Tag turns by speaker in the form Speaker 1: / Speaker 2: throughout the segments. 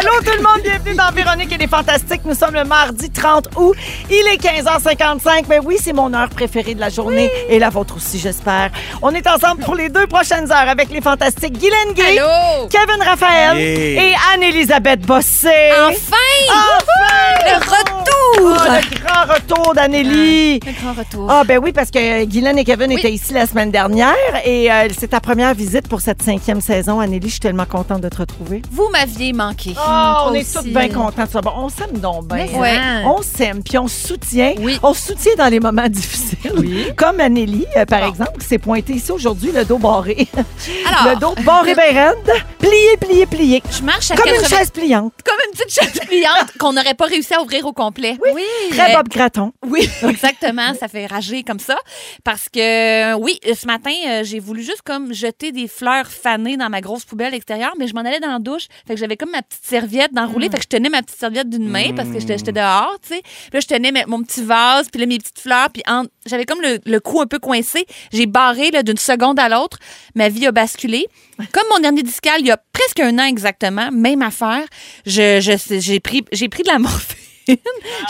Speaker 1: Allô tout le monde, bienvenue dans Véronique et les Fantastiques. Nous sommes le mardi 30 août. Il est 15h55. Mais oui, c'est mon heure préférée de la journée et la vôtre aussi, j'espère. On est ensemble pour les deux prochaines heures avec les Fantastiques Guylaine Gay, Kevin Raphaël
Speaker 2: Yeah.
Speaker 1: et Anne-Elisabeth Bossé.
Speaker 3: Enfin!
Speaker 1: Enfin!
Speaker 3: Le
Speaker 1: Oh,
Speaker 3: retour!
Speaker 1: le grand retour d'Anélie.
Speaker 3: Le grand retour.
Speaker 1: Ah ben oui, parce que Guylaine et Kevin étaient ici la semaine dernière et euh, c'est ta première visite pour cette cinquième saison. Anélie, je suis tellement contente de te retrouver.
Speaker 3: Vous m'aviez manqué.
Speaker 1: Ah, on
Speaker 3: Toi
Speaker 1: est tous
Speaker 3: aussi.
Speaker 1: bien contents de ça. Bon, on s'aime donc bien.
Speaker 3: Mais ouais.
Speaker 1: hein. On s'aime, puis on se soutient.
Speaker 3: Oui.
Speaker 1: On se soutient dans les moments difficiles. Comme Anélie, euh, par exemple, qui s'est pointée ici aujourd'hui, le dos barré.
Speaker 3: Alors,
Speaker 1: le dos barré bien raide, plié, plié, plié.
Speaker 3: je marche à
Speaker 1: Comme
Speaker 3: 80
Speaker 1: une chaise pliante.
Speaker 3: Comme une petite chaise pliante qu'on n'aurait pas réussi à ouvrir au complet. Oui.
Speaker 1: Très Bob Graton.
Speaker 3: Oui, exactement. Ça fait rager comme ça. Parce que, euh, oui, ce matin, euh, j'ai voulu juste comme jeter des fleurs fanées dans ma grosse poubelle extérieure, mais je m'en allais dans la douche. Fait que j'avais comme ma petite serviette d'enrouler. Fait que je tenais ma petite serviette d'une main parce que j'étais j'étais dehors, tu sais. Puis là, je tenais mes- mon petit vase, puis là, mes petites fleurs, puis en- j'avais comme le, le cou un peu coincé. J'ai barré là, d'une seconde à l'autre. Ma vie a basculé. Comme mon dernier discal, il y a presque un an exactement, même affaire, je, je- j'ai, pris, j'ai pris de la morphine.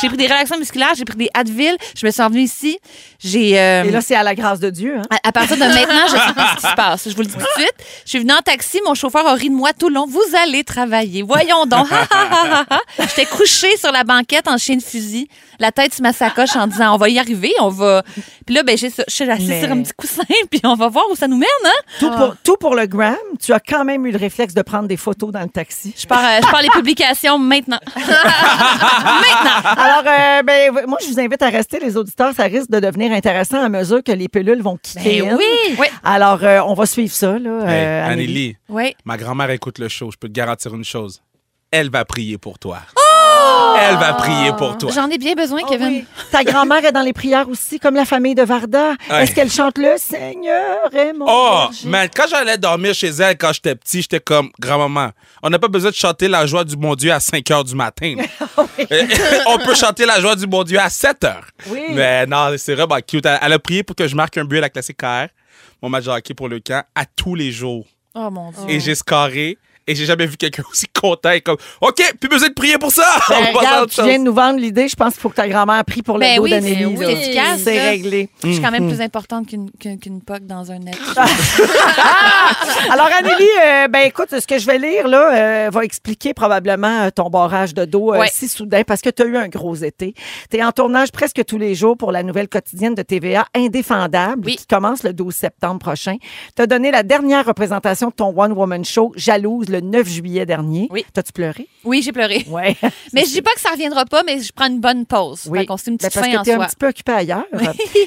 Speaker 3: J'ai pris des relaxants musculaires, j'ai pris des Advil, je me suis revenue ici. J'ai euh,
Speaker 1: Et là, c'est à la grâce de Dieu. hein.
Speaker 3: à, à partir de maintenant, je sais pas ce qui se passe. Je vous le dis tout de suite. Je suis venue en taxi, mon chauffeur a ri de moi tout le long. Vous allez travailler. Voyons donc. Ha, ha, ha, ha, ha. J'étais couchée sur la banquette en chien de fusil, la tête sur ma sacoche en disant on va y arriver, on va. Puis là, ben, j'ai ça- je suis assise
Speaker 1: Mais-
Speaker 3: sur un petit coussin, puis on va voir où ça nous mène. Hein?
Speaker 1: Tout, pour, tout pour le gram, tu as quand même eu le réflexe de prendre des photos dans le taxi.
Speaker 3: Je pars, euh, je pars les publications maintenant. maintenant.
Speaker 1: Alors, euh, ben, v- moi, je vous invite à rester, les auditeurs. Ça risque de devenir intéressant à mesure que les pilules vont quitter.
Speaker 3: Ben oui. Oui.
Speaker 1: Alors, euh, on va suivre ça. Là,
Speaker 2: Hey,
Speaker 1: euh, Anneli.
Speaker 2: Anneli,
Speaker 3: Oui.
Speaker 2: ma grand-mère écoute le show. Je peux te garantir une chose. Elle va prier pour toi.
Speaker 1: Oh!
Speaker 2: Elle va prier pour toi.
Speaker 3: J'en ai bien besoin,
Speaker 1: Ah
Speaker 3: Kevin.
Speaker 1: Ta grand-mère est dans les prières aussi, comme la famille de Varda.
Speaker 2: Ouais.
Speaker 1: Est-ce qu'elle chante le Seigneur est mon
Speaker 2: Oh,
Speaker 1: berger?
Speaker 2: man, quand j'allais dormir chez elle quand j'étais petit, j'étais comme grand-maman. On n'a pas besoin de chanter la joie du bon Dieu à 5 heures du matin.
Speaker 1: Ah
Speaker 2: Euh, on peut chanter la joie du bon Dieu à 7 heures.
Speaker 1: Oui.
Speaker 2: Mais non, c'est vraiment cute. Elle, elle a prié pour que je marque un but à la classique KR, mon match de hockey pour le camp, à tous les jours.
Speaker 3: Oh mon
Speaker 1: Mm.
Speaker 3: Dieu.
Speaker 2: Et j'ai scoré. Et j'ai jamais vu quelqu'un aussi content et comme OK, plus besoin de prier pour ça!
Speaker 1: Ben,
Speaker 2: On va dans
Speaker 1: regarde,
Speaker 2: autre
Speaker 1: tu viens de
Speaker 2: chose.
Speaker 1: nous vendre l'idée. Je pense qu'il faut que ta grand-mère prie pour le
Speaker 3: Ben
Speaker 1: dos
Speaker 3: oui,
Speaker 1: d'Anneli,
Speaker 3: c'est- oui,
Speaker 1: là.
Speaker 3: c'est efficace,
Speaker 1: C'est
Speaker 3: là.
Speaker 1: réglé.
Speaker 3: Je suis quand
Speaker 1: Mhm.
Speaker 3: même plus importante qu'une qu'une- qu'une POC dans un net.
Speaker 1: Alors, Anneli, euh, ben écoute, ce que je vais lire là euh, va expliquer probablement euh, ton barrage de dos euh,
Speaker 3: Ouais.
Speaker 1: si soudain parce que tu as eu un gros été. Tu es en tournage presque tous les jours pour la nouvelle quotidienne de TVA Indéfendable
Speaker 3: Oui.
Speaker 1: qui commence le 12 septembre prochain. Tu as donné la dernière représentation de ton One Woman Show Jalouse le 9 juillet dernier.
Speaker 3: Oui.
Speaker 1: T'as-tu pleuré?
Speaker 3: Oui, j'ai pleuré.
Speaker 1: Oui.
Speaker 3: Mais je dis pas que ça reviendra pas, mais je prends une bonne pause.
Speaker 1: Oui.
Speaker 3: Fait qu'on se fait une petite
Speaker 1: Ben, parce
Speaker 3: fin
Speaker 1: que
Speaker 3: en
Speaker 1: t'es
Speaker 3: soi.
Speaker 1: un petit peu occupé ailleurs.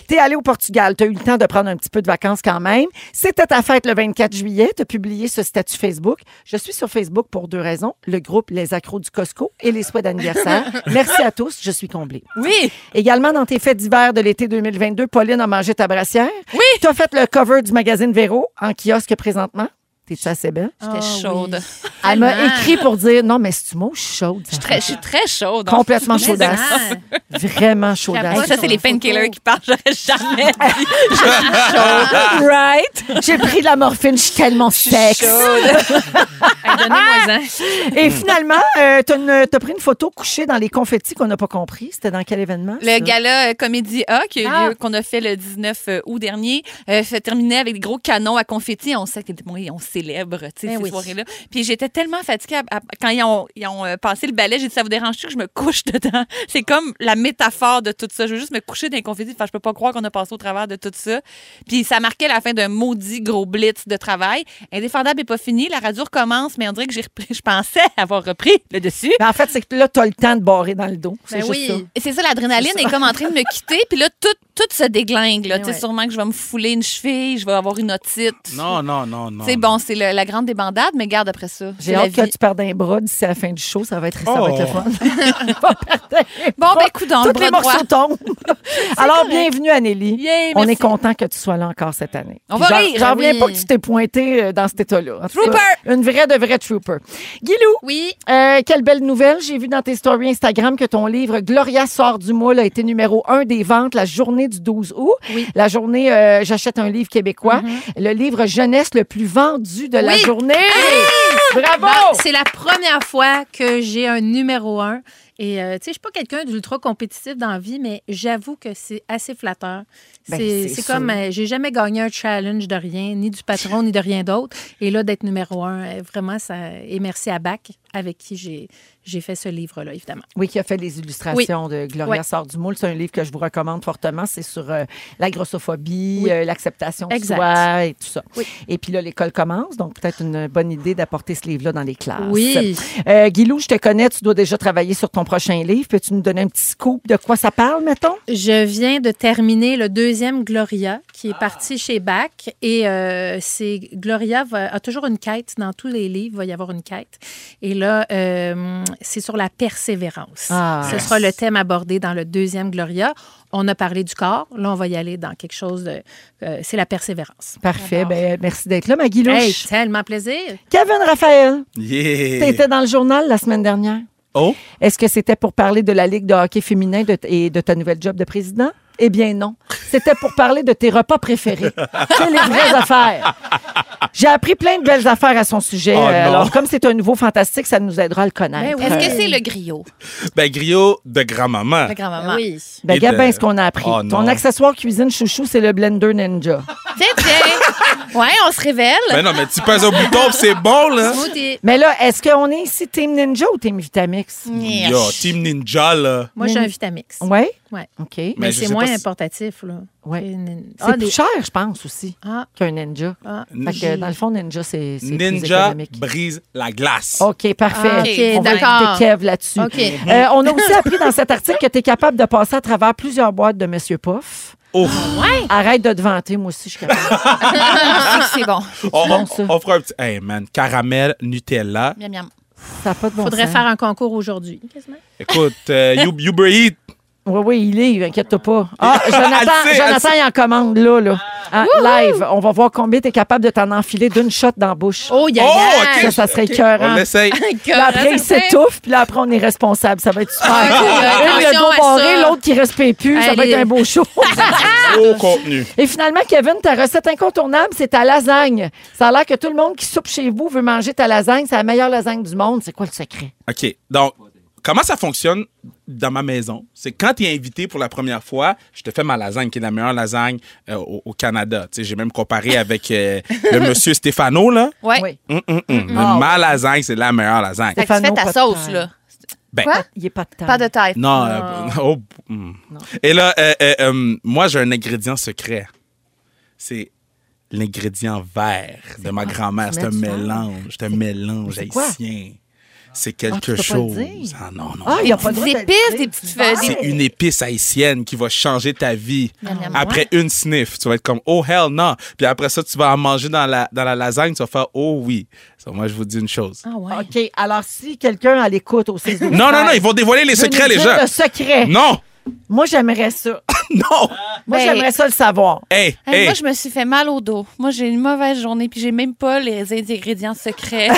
Speaker 1: t'es allé au Portugal, t'as eu le temps de prendre un petit peu de vacances quand même. C'était ta fête le 24 juillet, t'as publié ce statut Facebook. Je suis sur Facebook pour deux raisons, le groupe Les Accros du Costco et les souhaits d'anniversaire. Merci à tous, je suis comblée.
Speaker 3: Oui!
Speaker 1: Également, dans tes fêtes d'hiver de l'été 2022, Pauline a mangé ta brassière.
Speaker 3: Oui!
Speaker 1: T'as fait le cover du magazine Véro en kiosque présentement. T'es-tu assez belle?
Speaker 3: J'étais
Speaker 4: Ah oui.
Speaker 3: chaude.
Speaker 1: Elle m'a
Speaker 4: Tellement.
Speaker 1: écrit pour dire, non, mais c'est du mot, je suis chaude.
Speaker 3: Je suis très- Je suis très chaude.
Speaker 1: Complètement
Speaker 3: Mais
Speaker 1: chaudasse. Vraiment chaudasse.
Speaker 3: Hey, ça, c'est les
Speaker 4: Sur la
Speaker 3: painkillers
Speaker 4: photo.
Speaker 3: qui parlent. J'aurais jamais dit. Je suis chaude. Right?
Speaker 1: J'ai pris de la morphine, je suis tellement sexe.
Speaker 4: Hey, Donnez-moi-en.
Speaker 1: Et finalement, euh, t'as une- t'as pris une photo couchée dans les confettis qu'on n'a pas compris. C'était dans quel événement? ça?
Speaker 3: Le gala euh, Comédie A qui a eu
Speaker 4: Ah.
Speaker 3: lieu- qu'on a fait le 19 août dernier euh, se terminait avec des gros canons à confetti. On sait que oui, on célèbre tu sais, ces
Speaker 4: Ben oui.
Speaker 3: soirées-là. Puis j'étais tellement fatiguée à- à- quand ils ont, ils ont euh, passé le balai. J'ai dit ça vous dérange que je me couche dedans. C'est comme la métaphore de tout ça. Je veux juste me coucher dans les confettis. Enfin, je peux pas croire qu'on a passé au travers de tout ça. Puis ça marquait la fin d'un maudit gros blitz de travail. Indéfendable n'est pas fini. La radio recommence, mais on dirait que j'ai repris- je pensais avoir repris le dessus.
Speaker 1: Ben, en fait, c'est que là, t'as le temps de barrer dans le dos. C'est
Speaker 4: Ben
Speaker 1: juste
Speaker 4: oui.
Speaker 1: ça.
Speaker 3: Et C'est ça, l'adrénaline est comme en train de me quitter, puis là, tout, tout se déglingue. Là.
Speaker 1: Ben
Speaker 4: Mais
Speaker 3: Tu sais,
Speaker 4: ouais.
Speaker 3: Sûrement que je vais me fouler une cheville, je vais avoir une otite.
Speaker 2: Non, non, non, non.
Speaker 3: C'est
Speaker 2: non.
Speaker 3: bon, c'est- c'est le- la grande débandade, mais garde après ça.
Speaker 1: J'ai
Speaker 3: c'est la
Speaker 1: hâte que
Speaker 3: vie.
Speaker 1: tu perdes un bras d'ici à la fin du show. Ça va être, ça va être le
Speaker 2: Oh.
Speaker 1: fun. Pas perdre un
Speaker 3: Bon,
Speaker 1: bras.
Speaker 3: ben, coudonc, le
Speaker 1: Tous les
Speaker 3: bras
Speaker 1: morceaux tombent. Alors, bienvenue, Anélie.
Speaker 3: Yay,
Speaker 1: On
Speaker 3: merci.
Speaker 1: est content que tu sois là encore cette année.
Speaker 3: On
Speaker 1: Puis
Speaker 3: va
Speaker 1: j'en-
Speaker 3: rire,
Speaker 1: J'en reviens
Speaker 4: oui.
Speaker 1: pas que tu t'es pointé euh, dans cet état-là. En tout cas,
Speaker 3: Trooper.
Speaker 1: Une vraie de vraie trooper. Guilou,
Speaker 4: Oui.
Speaker 1: euh, quelle belle nouvelle. J'ai vu dans tes stories Instagram que ton livre Gloria sort du moule a été numéro un des ventes la journée du 12 août.
Speaker 4: Oui.
Speaker 1: La journée euh, J'achète un livre québécois.
Speaker 3: Mm-hmm.
Speaker 1: Le livre jeunesse le plus vendu de la
Speaker 4: Oui.
Speaker 1: journée. Bravo!
Speaker 3: Bah,
Speaker 4: Bon, Bah, c'est la première fois que j'ai un numéro un. Et euh, tu sais, je suis pas quelqu'un d'ultra compétitif dans la vie, mais j'avoue que c'est assez flatteur.
Speaker 1: Ben,
Speaker 4: c'est
Speaker 1: c'est
Speaker 4: c'est
Speaker 1: sûr.
Speaker 4: comme, euh, j'ai jamais gagné un challenge de rien, ni du patron, ni de rien d'autre. Et là, d'être numéro un, euh, vraiment, ça. Et merci à Bac, avec qui j'ai j'ai fait ce livre-là, évidemment.
Speaker 1: Oui, qui a fait les illustrations de Gloria
Speaker 4: Ouais.
Speaker 1: sort du moule. C'est un livre que je vous recommande fortement. C'est sur euh, la grossophobie,
Speaker 4: Oui.
Speaker 1: euh, l'acceptation de
Speaker 4: Exact.
Speaker 1: soi et tout ça.
Speaker 4: Oui.
Speaker 1: Et puis là, l'école commence, donc peut-être une bonne idée d'apporter ce livre-là dans les classes.
Speaker 4: Oui.
Speaker 1: Euh, Guilou, je te connais, tu dois déjà travailler sur ton prochain livre. Peux-tu nous donner un petit scoop de quoi ça parle, mettons?
Speaker 4: Je viens de terminer le deuxième Gloria qui est parti chez Bach et euh, c'est Gloria va- a toujours une quête dans tous les livres, il va y avoir une quête. Et là, euh, c'est sur la persévérance.
Speaker 1: Ah.
Speaker 4: Ce sera le thème abordé dans le deuxième Gloria. On a parlé du corps, là on va y aller dans quelque chose de... euh, c'est la persévérance.
Speaker 1: Parfait. Ben, merci d'être là, ma Guilouche.
Speaker 4: Hey, tellement plaisir.
Speaker 1: Kevin Raphaël, tu
Speaker 2: Yeah.
Speaker 1: étais dans le journal la semaine dernière.
Speaker 2: Oh,
Speaker 1: Est-ce que c'était pour parler de la Ligue de hockey féminin de- et de ta nouvelle job de président? Eh bien, non. C'était pour parler de tes repas préférés. C'est les vraies affaires. J'ai appris plein de belles affaires à son sujet.
Speaker 2: Oh, non.
Speaker 1: alors, comme c'est un nouveau fantastique, ça nous aidera à le connaître.
Speaker 4: Ben oui.
Speaker 3: Est-ce
Speaker 1: Euh,
Speaker 3: que c'est le griot,
Speaker 2: ben griot de grand-maman.
Speaker 3: la grand-maman?
Speaker 4: Oui.
Speaker 1: ben,
Speaker 2: Et
Speaker 1: regarde
Speaker 2: de-
Speaker 1: bien ce qu'on a appris.
Speaker 2: Oh, non.
Speaker 1: Ton accessoire cuisine chouchou, c'est le Blender Ninja.
Speaker 3: Tiens, tiens. Ouais, on se révèle.
Speaker 2: Ben non, mais tu pèses un bouton, pis c'est bon, là.
Speaker 4: Smoothie.
Speaker 1: Mais là, est-ce qu'on est ici Team Ninja ou Team Vitamix?
Speaker 4: Mm.
Speaker 2: Yo, Team Ninja, là.
Speaker 4: Moi j'ai un Vitamix.
Speaker 1: Oui?
Speaker 4: Ouais.
Speaker 1: OK.
Speaker 4: Mais,
Speaker 2: Mais je
Speaker 4: c'est
Speaker 2: sais
Speaker 4: moins
Speaker 2: pas si-
Speaker 4: importatif. Là.
Speaker 1: Ouais.
Speaker 4: Une-
Speaker 1: C'est
Speaker 4: Ah,
Speaker 1: plus
Speaker 4: des-
Speaker 1: cher, je pense, aussi,
Speaker 4: Ah,
Speaker 1: qu'un Ninja.
Speaker 4: ah.
Speaker 1: Fait que, dans le fond, Ninja, c'est c'est plus
Speaker 2: Ninja
Speaker 1: économique. Oh.
Speaker 2: brise la glace.
Speaker 1: OK, parfait.
Speaker 4: Ah,
Speaker 3: OK,
Speaker 1: on va
Speaker 4: d'accord.
Speaker 1: écouter Kev là-dessus.
Speaker 4: OK.
Speaker 1: Euh, on a aussi appris dans cet article que tu es capable de passer à travers plusieurs boîtes de Monsieur Puff.
Speaker 2: Ouf.
Speaker 1: Arrête de te vanter, moi aussi, je suis capable.
Speaker 3: Ah, c'est bon.
Speaker 2: on,
Speaker 1: bon,
Speaker 2: on-
Speaker 1: ça.
Speaker 2: on fera un petit. Hey, man, caramel, Nutella.
Speaker 3: Miam, miam.
Speaker 1: Ça n'a pas de bon
Speaker 4: Faudrait
Speaker 1: sens.
Speaker 4: faire un concours aujourd'hui. quasiment.
Speaker 2: Écoute, euh, Ub- Uber Eats.
Speaker 1: Oui, oui, il est, inquiète-toi pas. Ah,
Speaker 2: Elle
Speaker 1: Jonathan,
Speaker 2: sait, elle
Speaker 1: Jonathan il en commande là, là. Ah, live, on va voir combien tu es capable de t'en enfiler d'une shot dans la bouche.
Speaker 4: Oh, y'a
Speaker 2: Oh,
Speaker 1: Ça, ça serait
Speaker 2: On
Speaker 1: écœurant.
Speaker 2: l'essaye.
Speaker 1: Puis là, Bah, après, il s'étouffe, puis là, après, on est responsable. Ça va être super. Une, le
Speaker 4: Ah, attention
Speaker 1: dos
Speaker 4: à
Speaker 1: barré,
Speaker 4: ça.
Speaker 1: l'autre qui respire plus. Ça va
Speaker 4: Allez.
Speaker 1: être un beau show.
Speaker 2: Gros contenu.
Speaker 1: Et finalement, Kevin, ta recette incontournable, c'est ta lasagne. Ça a l'air que tout le monde qui soupe chez vous veut manger ta lasagne. C'est la meilleure lasagne du monde. C'est quoi le secret?
Speaker 2: OK. Donc, comment ça fonctionne dans ma maison? C'est quand tu es invité pour la première fois, je te fais ma lasagne, qui est la meilleure lasagne euh, au, au Canada. Tu sais, J'ai même comparé avec euh, le monsieur Stéphano, là.
Speaker 3: Ouais.
Speaker 1: Oui.
Speaker 2: Hum, hum, hum.
Speaker 1: Ah,
Speaker 2: Ma lasagne, c'est la meilleure lasagne.
Speaker 3: Fait que tu
Speaker 1: Stéphano,
Speaker 3: fais
Speaker 1: pas de
Speaker 3: ta sauce,
Speaker 1: taille.
Speaker 3: là.
Speaker 2: Ben,
Speaker 3: Quoi?
Speaker 1: Il n'y a pas de temps.
Speaker 3: Pas de taille.
Speaker 2: Non, euh, oh, hmm. Et là, euh, euh, euh, moi, j'ai un ingrédient secret. C'est l'ingrédient vert de ma grand-mère.
Speaker 1: Ah, Tu
Speaker 2: C'est un
Speaker 1: mets du vert?
Speaker 2: mélange. C'est un mélange
Speaker 1: c'est quoi? Ah,
Speaker 2: haïtien. C'est quelque
Speaker 1: peux pas le
Speaker 2: chose.
Speaker 1: dire?
Speaker 2: Ah non, non.
Speaker 1: Ah, il n'y a pas de
Speaker 3: Des
Speaker 1: droit de-
Speaker 3: épices, des petites
Speaker 1: Ah,
Speaker 3: feuilles.
Speaker 2: c'est une épice haïtienne qui va changer ta vie.
Speaker 3: miam.
Speaker 2: Après une sniff, tu vas être comme oh hell non. Puis après ça, tu vas en manger dans la, dans la lasagne, tu vas faire oh oui. Ça, moi, je vous dis une chose.
Speaker 4: Ah ouais.
Speaker 1: OK. Alors, si quelqu'un à l'écoute au 6
Speaker 2: Non, non, non, ils vont dévoiler les secrets, les gens.
Speaker 1: Le secret.
Speaker 2: Non,
Speaker 1: Moi, j'aimerais ça.
Speaker 2: non.
Speaker 1: Moi,
Speaker 3: Ben-
Speaker 1: j'aimerais ça le savoir.
Speaker 2: Hey,
Speaker 3: Hey,
Speaker 2: hey.
Speaker 3: Moi, je me suis fait mal au dos. Moi, j'ai une mauvaise journée, puis j'ai même pas les ingrédients secrets.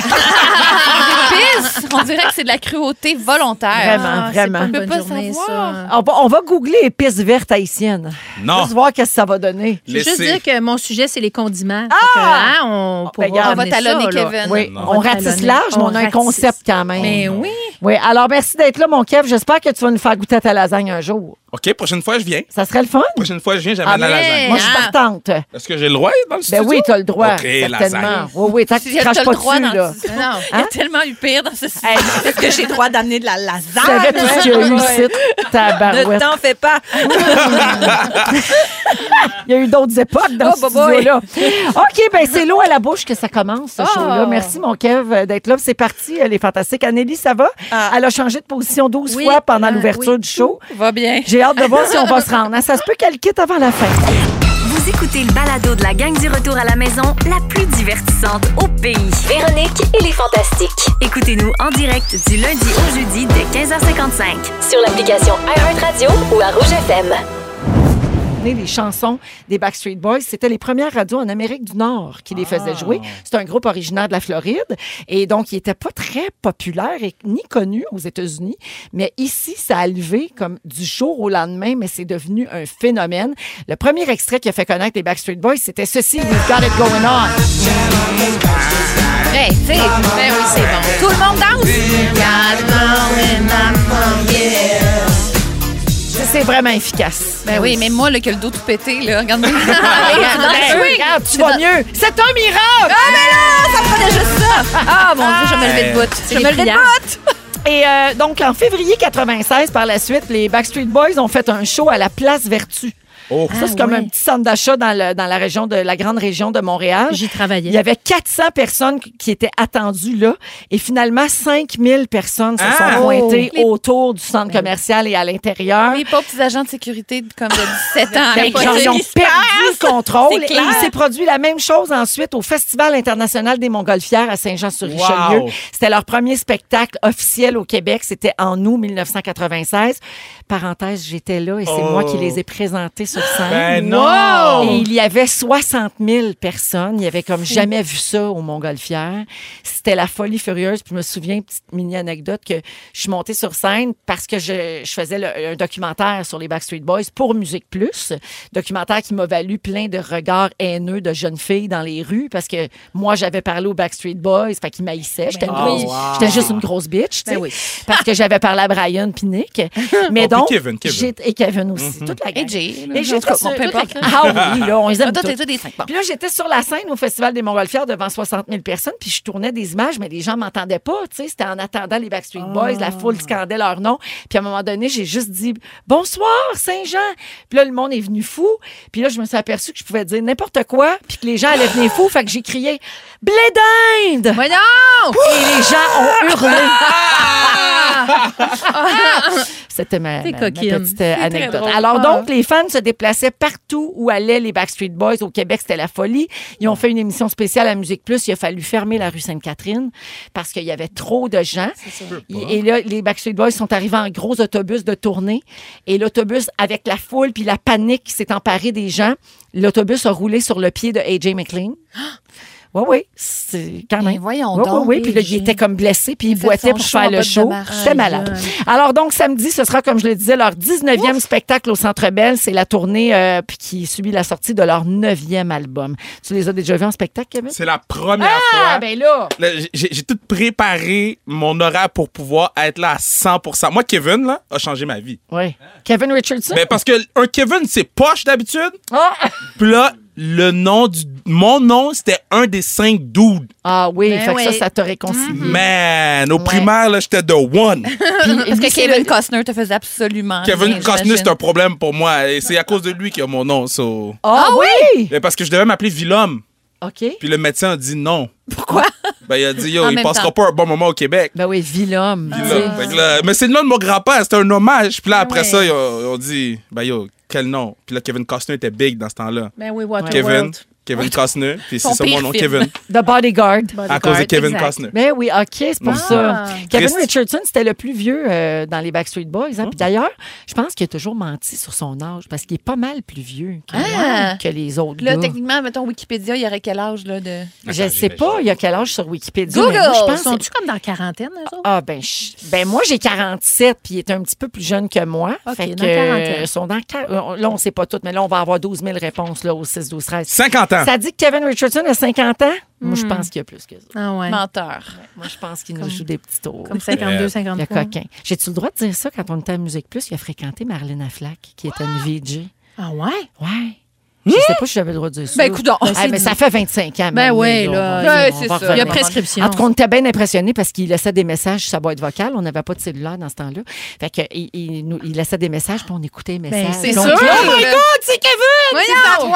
Speaker 3: Pisse! On dirait que c'est de la cruauté volontaire.
Speaker 1: Vraiment, vraiment.
Speaker 4: Ah, C'est pas
Speaker 3: On
Speaker 4: une
Speaker 3: peut
Speaker 4: bonne
Speaker 3: pas
Speaker 4: journée,
Speaker 3: savoir.
Speaker 4: ça.
Speaker 1: On va, on va googler épices vertes haïtiennes.
Speaker 2: Non.
Speaker 1: Juste voir qu'est-ce que ça va donner.
Speaker 4: Je veux juste
Speaker 2: Laissez.
Speaker 4: dire que mon sujet, c'est les condiments.
Speaker 1: Ah!
Speaker 4: Fait que, hein, on,
Speaker 1: Ah,
Speaker 4: pourra
Speaker 1: ben, regarde.
Speaker 3: On va
Speaker 4: amener ça,
Speaker 3: talonner
Speaker 4: là.
Speaker 3: Kevin.
Speaker 1: Oui,
Speaker 2: Non.
Speaker 1: on
Speaker 4: On
Speaker 1: ratisse
Speaker 4: talonne.
Speaker 1: large, mais on, a un
Speaker 4: On
Speaker 1: concept
Speaker 4: ratisse.
Speaker 1: quand même.
Speaker 3: Ben
Speaker 4: Mais oui.
Speaker 1: Oui, alors merci d'être là, mon Kev. J'espère que tu vas nous faire goûter à ta lasagne un jour.
Speaker 2: OK, prochaine fois, je viens.
Speaker 1: Ça serait le fun?
Speaker 2: prochaine fois, je viens, j'amène
Speaker 1: Ah,
Speaker 2: la
Speaker 1: ben,
Speaker 2: lasagne.
Speaker 1: Moi, je suis
Speaker 3: Ah.
Speaker 1: partante.
Speaker 2: Est-ce que j'ai le droit dans le
Speaker 1: Ben
Speaker 2: studio?
Speaker 1: oui, t'as le droit.
Speaker 2: OK,
Speaker 1: certainement.
Speaker 2: lasagne.
Speaker 1: Oui, oui, tant que tu
Speaker 3: J'ai
Speaker 1: craches
Speaker 3: le
Speaker 1: pas
Speaker 3: droit
Speaker 1: dessus,
Speaker 3: dans
Speaker 1: là.
Speaker 3: ce-
Speaker 4: Non.
Speaker 3: Il y a tellement eu pire dans ce sujet.
Speaker 5: Est-ce que j'ai le droit d'amener de la lasagne?
Speaker 1: Tu savais tout ce qu'il y a eu ici, ta
Speaker 5: Ne
Speaker 1: barouette.
Speaker 5: t'en fais pas.
Speaker 1: Il y a eu d'autres époques dans
Speaker 5: Oh,
Speaker 1: ce
Speaker 5: bah, boy.
Speaker 1: studio-là. OK, ben c'est l'eau à la bouche que ça commence, ce show-là. Merci, mon Kev, euh, d'être là. C'est parti, euh, les fantastiques. Anneli, ça va?
Speaker 5: Ah.
Speaker 1: Elle a changé de position 12
Speaker 4: Oui,
Speaker 1: fois pendant
Speaker 4: euh,
Speaker 1: l'ouverture
Speaker 4: oui.
Speaker 1: du show.
Speaker 3: Va bien.
Speaker 1: Hein, J'ai hâte de voir si on va se rendre. Ça se peut qu'elle quitte avant la fin.
Speaker 6: Vous écouté le balado de la gang du retour à la maison, la plus divertissante au pays.
Speaker 7: Véronique et les Fantastiques.
Speaker 6: Écoutez-nous en direct du lundi au jeudi dès 15h55.
Speaker 7: Sur l'application iHeartRadio ou à Rouge FM.
Speaker 1: donné des chansons des Backstreet Boys. C'était les premières radios en Amérique du Nord qui les faisaient jouer. C'est un groupe originaire de la Floride. Et donc, il n'était pas très populaire et ni connu aux États-Unis. Mais ici, ça a levé comme du jour au lendemain, mais c'est devenu un phénomène. Le premier extrait qui a fait connaître les Backstreet Boys, c'était ceci, We've Got It Going On.
Speaker 3: Hey, tu sais, ben oui, c'est bon. Tout le monde danse?
Speaker 1: C'est c'est vraiment efficace.
Speaker 3: Ben oui, mais moi, là, qui a le dos tout pété, là, regarde-moi.
Speaker 1: Ben, regarde, tu vas mieux. C'est un miracle!
Speaker 3: Ah, mais là, ça me prenait juste ça! Ah, mon Dieu, je me levais de bout. Je me levais de bout!
Speaker 1: Et euh, donc, en février 96, par la suite, les Backstreet Boys ont fait un show à la Place Vertu.
Speaker 2: Oh.
Speaker 1: Ah,
Speaker 3: Ah,
Speaker 1: Ça, c'est comme
Speaker 4: ouais.
Speaker 1: un petit centre d'achat dans, le- dans la région de la grande région de Montréal.
Speaker 4: J'y travaillais.
Speaker 1: Il y avait 400 personnes qui qui étaient attendues là. Et finalement, 5000 personnes se
Speaker 2: Ah!
Speaker 1: sont pointées
Speaker 3: Oh! Les- Ah
Speaker 1: autour du centre commercial et à l'intérieur.
Speaker 3: Les pauvres petits agents de sécurité de- comme de 17 ans.
Speaker 1: Ben,
Speaker 3: avec
Speaker 1: ils en
Speaker 3: pas
Speaker 1: ont
Speaker 3: de-
Speaker 1: perdu le contrôle.
Speaker 3: Ah, C'est
Speaker 1: Et
Speaker 3: clair.
Speaker 1: il s'est produit la même chose ensuite au Festival international des Montgolfières à Saint-Jean-sur-Richelieu.
Speaker 2: Wow.
Speaker 1: C'était leur premier spectacle officiel au Québec. C'était en août 1996. Parenthèse, j'étais là et c'est
Speaker 2: Oh.
Speaker 1: moi qui les ai présentés sur scène.
Speaker 2: Ben non!
Speaker 1: Et il y avait 60 000 personnes. Il y avait comme jamais vu ça au Montgolfière. C'était la folie furieuse. Puis je me souviens, petite mini-anecdote, que je suis montée sur scène parce que je, je faisais le- un documentaire sur les Backstreet Boys pour Musique Plus. Documentaire qui m'a valu plein de regards haineux de jeunes filles dans les rues parce que moi, j'avais parlé aux Backstreet Boys, fait qu'ils maïssaient. J'étais une
Speaker 2: oui.
Speaker 1: grosse-
Speaker 2: Oh, wow.
Speaker 1: j'étais juste une grosse bitch, tu sais,
Speaker 4: Ben oui.
Speaker 1: parce que j'avais parlé à Brian Pinnick. Mais
Speaker 2: Oh, puis
Speaker 1: donc,
Speaker 2: Kevin, Kevin. Mhm.
Speaker 1: j'ai- et Kevin aussi, toute la gang.
Speaker 3: Et Jay. là,
Speaker 1: Et j'ai
Speaker 3: en tout cas,
Speaker 1: tout
Speaker 3: on
Speaker 1: ce-
Speaker 3: peut
Speaker 1: tout
Speaker 3: pas.
Speaker 1: le- Ah oui, là, on les aime
Speaker 3: Toi, t'es
Speaker 1: tous.
Speaker 3: tous des cinq. Bon.
Speaker 1: Puis là, j'étais sur la scène au Festival des Montgolfières devant 60 000 personnes, puis je tournais des images, mais les gens m'entendaient pas, tu sais. C'était en attendant les Backstreet Boys, la foule scandait leur nom. Puis à un moment donné, j'ai juste dit « Bonsoir, Saint-Jean! » Puis là, le monde est venu fou. Puis là, je me suis aperçue que je pouvais dire n'importe quoi, puis que les gens allaient venir fous. Fait que j'ai crié « Blé d'Inde!
Speaker 3: Voyons! »
Speaker 1: Et les gens ont hurlé. C'était ma,
Speaker 4: T'es
Speaker 1: ma- ma
Speaker 4: coquine.
Speaker 1: petite euh,
Speaker 3: très
Speaker 1: anecdote.
Speaker 3: drôle.
Speaker 1: Alors
Speaker 3: Ah.
Speaker 1: donc, les fans se déplaçaient partout où allaient les Backstreet Boys. Au Québec, c'était la folie. Ils ont fait une émission spéciale à Musique Plus. Il a fallu fermer la rue Sainte-Catherine parce qu'il y avait trop de gens. Et- Et là, les Backstreet Boys sont arrivés en gros autobus de tournée. Et l'autobus, avec la foule puis la panique qui s'est emparée des gens, l'autobus a roulé sur le pied de AJ McLean.
Speaker 3: Ah!
Speaker 1: Oui, oui, c'est quand même.
Speaker 3: Mais voyons
Speaker 1: Oh, oui,
Speaker 3: donc,
Speaker 1: Oui, oui, puis là,
Speaker 3: AJ.
Speaker 1: il était comme blessé, puis il
Speaker 3: fait
Speaker 1: boitait
Speaker 3: son
Speaker 1: pour
Speaker 3: show en
Speaker 1: faire le
Speaker 3: botte de
Speaker 1: show.
Speaker 3: marche.
Speaker 1: C'était malade. Alors donc, samedi, ce sera, comme je le disais, leur 19e spectacle au Centre Bell. C'est la tournée euh, puis qui subit la sortie de leur 9e album. Tu les as déjà vus en spectacle, Kevin?
Speaker 2: C'est la première
Speaker 1: Ah,
Speaker 2: fois.
Speaker 1: ben là!
Speaker 2: Là, j'ai- J'ai j'ai tout préparé mon horaire pour pouvoir être là à 100 Moi, Kevin, là, a changé ma vie.
Speaker 1: Oui. Kevin
Speaker 3: Ah.
Speaker 1: Richardson?
Speaker 2: Ben, parce que un Kevin, c'est poche d'habitude.
Speaker 1: Ah!
Speaker 2: Puis là, le nom du. Mon nom, c'était un des cinq dudes.
Speaker 1: Ah oui,
Speaker 3: Ben
Speaker 1: fait que ça,
Speaker 3: oui.
Speaker 1: ça t'a
Speaker 3: Mm-hmm.
Speaker 1: réconcilié.
Speaker 2: Man, au primaire, là, j'étais de one.
Speaker 3: Parce que Kevin Costner te faisait absolument.
Speaker 2: Kevin
Speaker 3: rien,
Speaker 2: Costner, c'est
Speaker 3: Ah, j'imagine.
Speaker 2: un problème pour moi. Et c'est à cause de lui qu'il y a mon nom. so.
Speaker 1: Ah, oui!
Speaker 2: Ben, parce que je devais m'appeler Villum.
Speaker 1: OK.
Speaker 2: Puis le médecin a dit non.
Speaker 3: Pourquoi?
Speaker 2: Ben, il a dit, yo,
Speaker 3: En
Speaker 2: il
Speaker 3: même
Speaker 2: passera
Speaker 3: temps.
Speaker 2: pas un bon moment au Québec.
Speaker 1: Ben oui, Vilhomme.
Speaker 2: Puis là, fait que là, mais c'est le nom de mon grand-père, c'était un hommage. Puis là, après ça, ils ont, ils ont dit, ben yo, quel nom? Puis là, Kevin Costner était big dans ce temps-là.
Speaker 4: Ben oui,
Speaker 2: Kevin,
Speaker 4: Waterworld.
Speaker 2: Kevin Costner, puis c'est
Speaker 3: Son
Speaker 2: ça mon
Speaker 3: pire
Speaker 2: nom,
Speaker 3: film.
Speaker 2: Kevin,
Speaker 1: The Bodyguard.
Speaker 2: à cause de Kevin
Speaker 4: exact.
Speaker 2: Costner.
Speaker 1: Ben oui, OK, c'est pour ça.
Speaker 4: Ah.
Speaker 1: Kevin
Speaker 2: Triste.
Speaker 1: Richardson, c'était le plus vieux euh, dans les Backstreet Boys. hein. Puis d'ailleurs, je pense qu'il a toujours menti sur son âge parce qu'il est pas mal plus vieux que,
Speaker 3: Ah!
Speaker 1: que les autres.
Speaker 3: Là,
Speaker 1: gars.
Speaker 3: techniquement, mettons Wikipédia, il y aurait quel âge là, de.
Speaker 1: Je sais pas, il y a quel âge sur Wikipédia.
Speaker 3: Google!
Speaker 1: mais moi, je pense que-
Speaker 4: Sont-tu comme dans la quarantaine, eux autres?
Speaker 1: Ah, ben, je- ben moi, j'ai 47, puis il est un petit peu plus jeune que moi.
Speaker 4: Ok,
Speaker 1: fait
Speaker 4: dans
Speaker 1: que,
Speaker 4: quarantaine.
Speaker 1: euh, sont dans quar- euh, Là, on sait pas toutes, mais là, on va avoir 12 000 réponses là, au 6, 12, 13.
Speaker 2: 50 ans.
Speaker 1: Ça dit que Kevin Richardson a 50 ans? Moi,
Speaker 4: Hmm.
Speaker 1: je pense qu'il y a plus que ça.
Speaker 4: Ah ouais.
Speaker 3: Menteur.
Speaker 1: Moi, je pense qu'il nous joue des petits tours.
Speaker 4: Comme 52,
Speaker 1: Il y a
Speaker 4: 53.
Speaker 1: coquin. J'ai-tu le droit de dire ça quand on était à Musique Plus? Il a fréquenté Marlène Aflac, qui était une VJ.
Speaker 4: Ah ouais?
Speaker 1: Ouais. Je sais pas si j'avais le droit de dire ça.
Speaker 3: Hein? Ben, coudonc.
Speaker 1: Ah, mais ça fait 25 ans.
Speaker 4: Ben
Speaker 1: maintenant,
Speaker 4: ouais,
Speaker 1: on
Speaker 4: là.
Speaker 1: va-
Speaker 3: Ouais,
Speaker 1: on
Speaker 3: c'est
Speaker 1: va
Speaker 3: ça. Il y a
Speaker 1: revenir.
Speaker 4: prescription.
Speaker 1: En tout cas, on était bien impressionnés parce qu'il laissait des messages sur sa boîte vocale. On n'avait pas de cellulaire dans ce temps-là. Fait que, il, il nous- il laissait des messages, puis on écoutait les messages.
Speaker 4: c'est
Speaker 1: Puis on
Speaker 3: Ben, sûr.
Speaker 1: dit, Oh my
Speaker 3: Le-
Speaker 1: God, c'est Kevin!
Speaker 3: Voyons!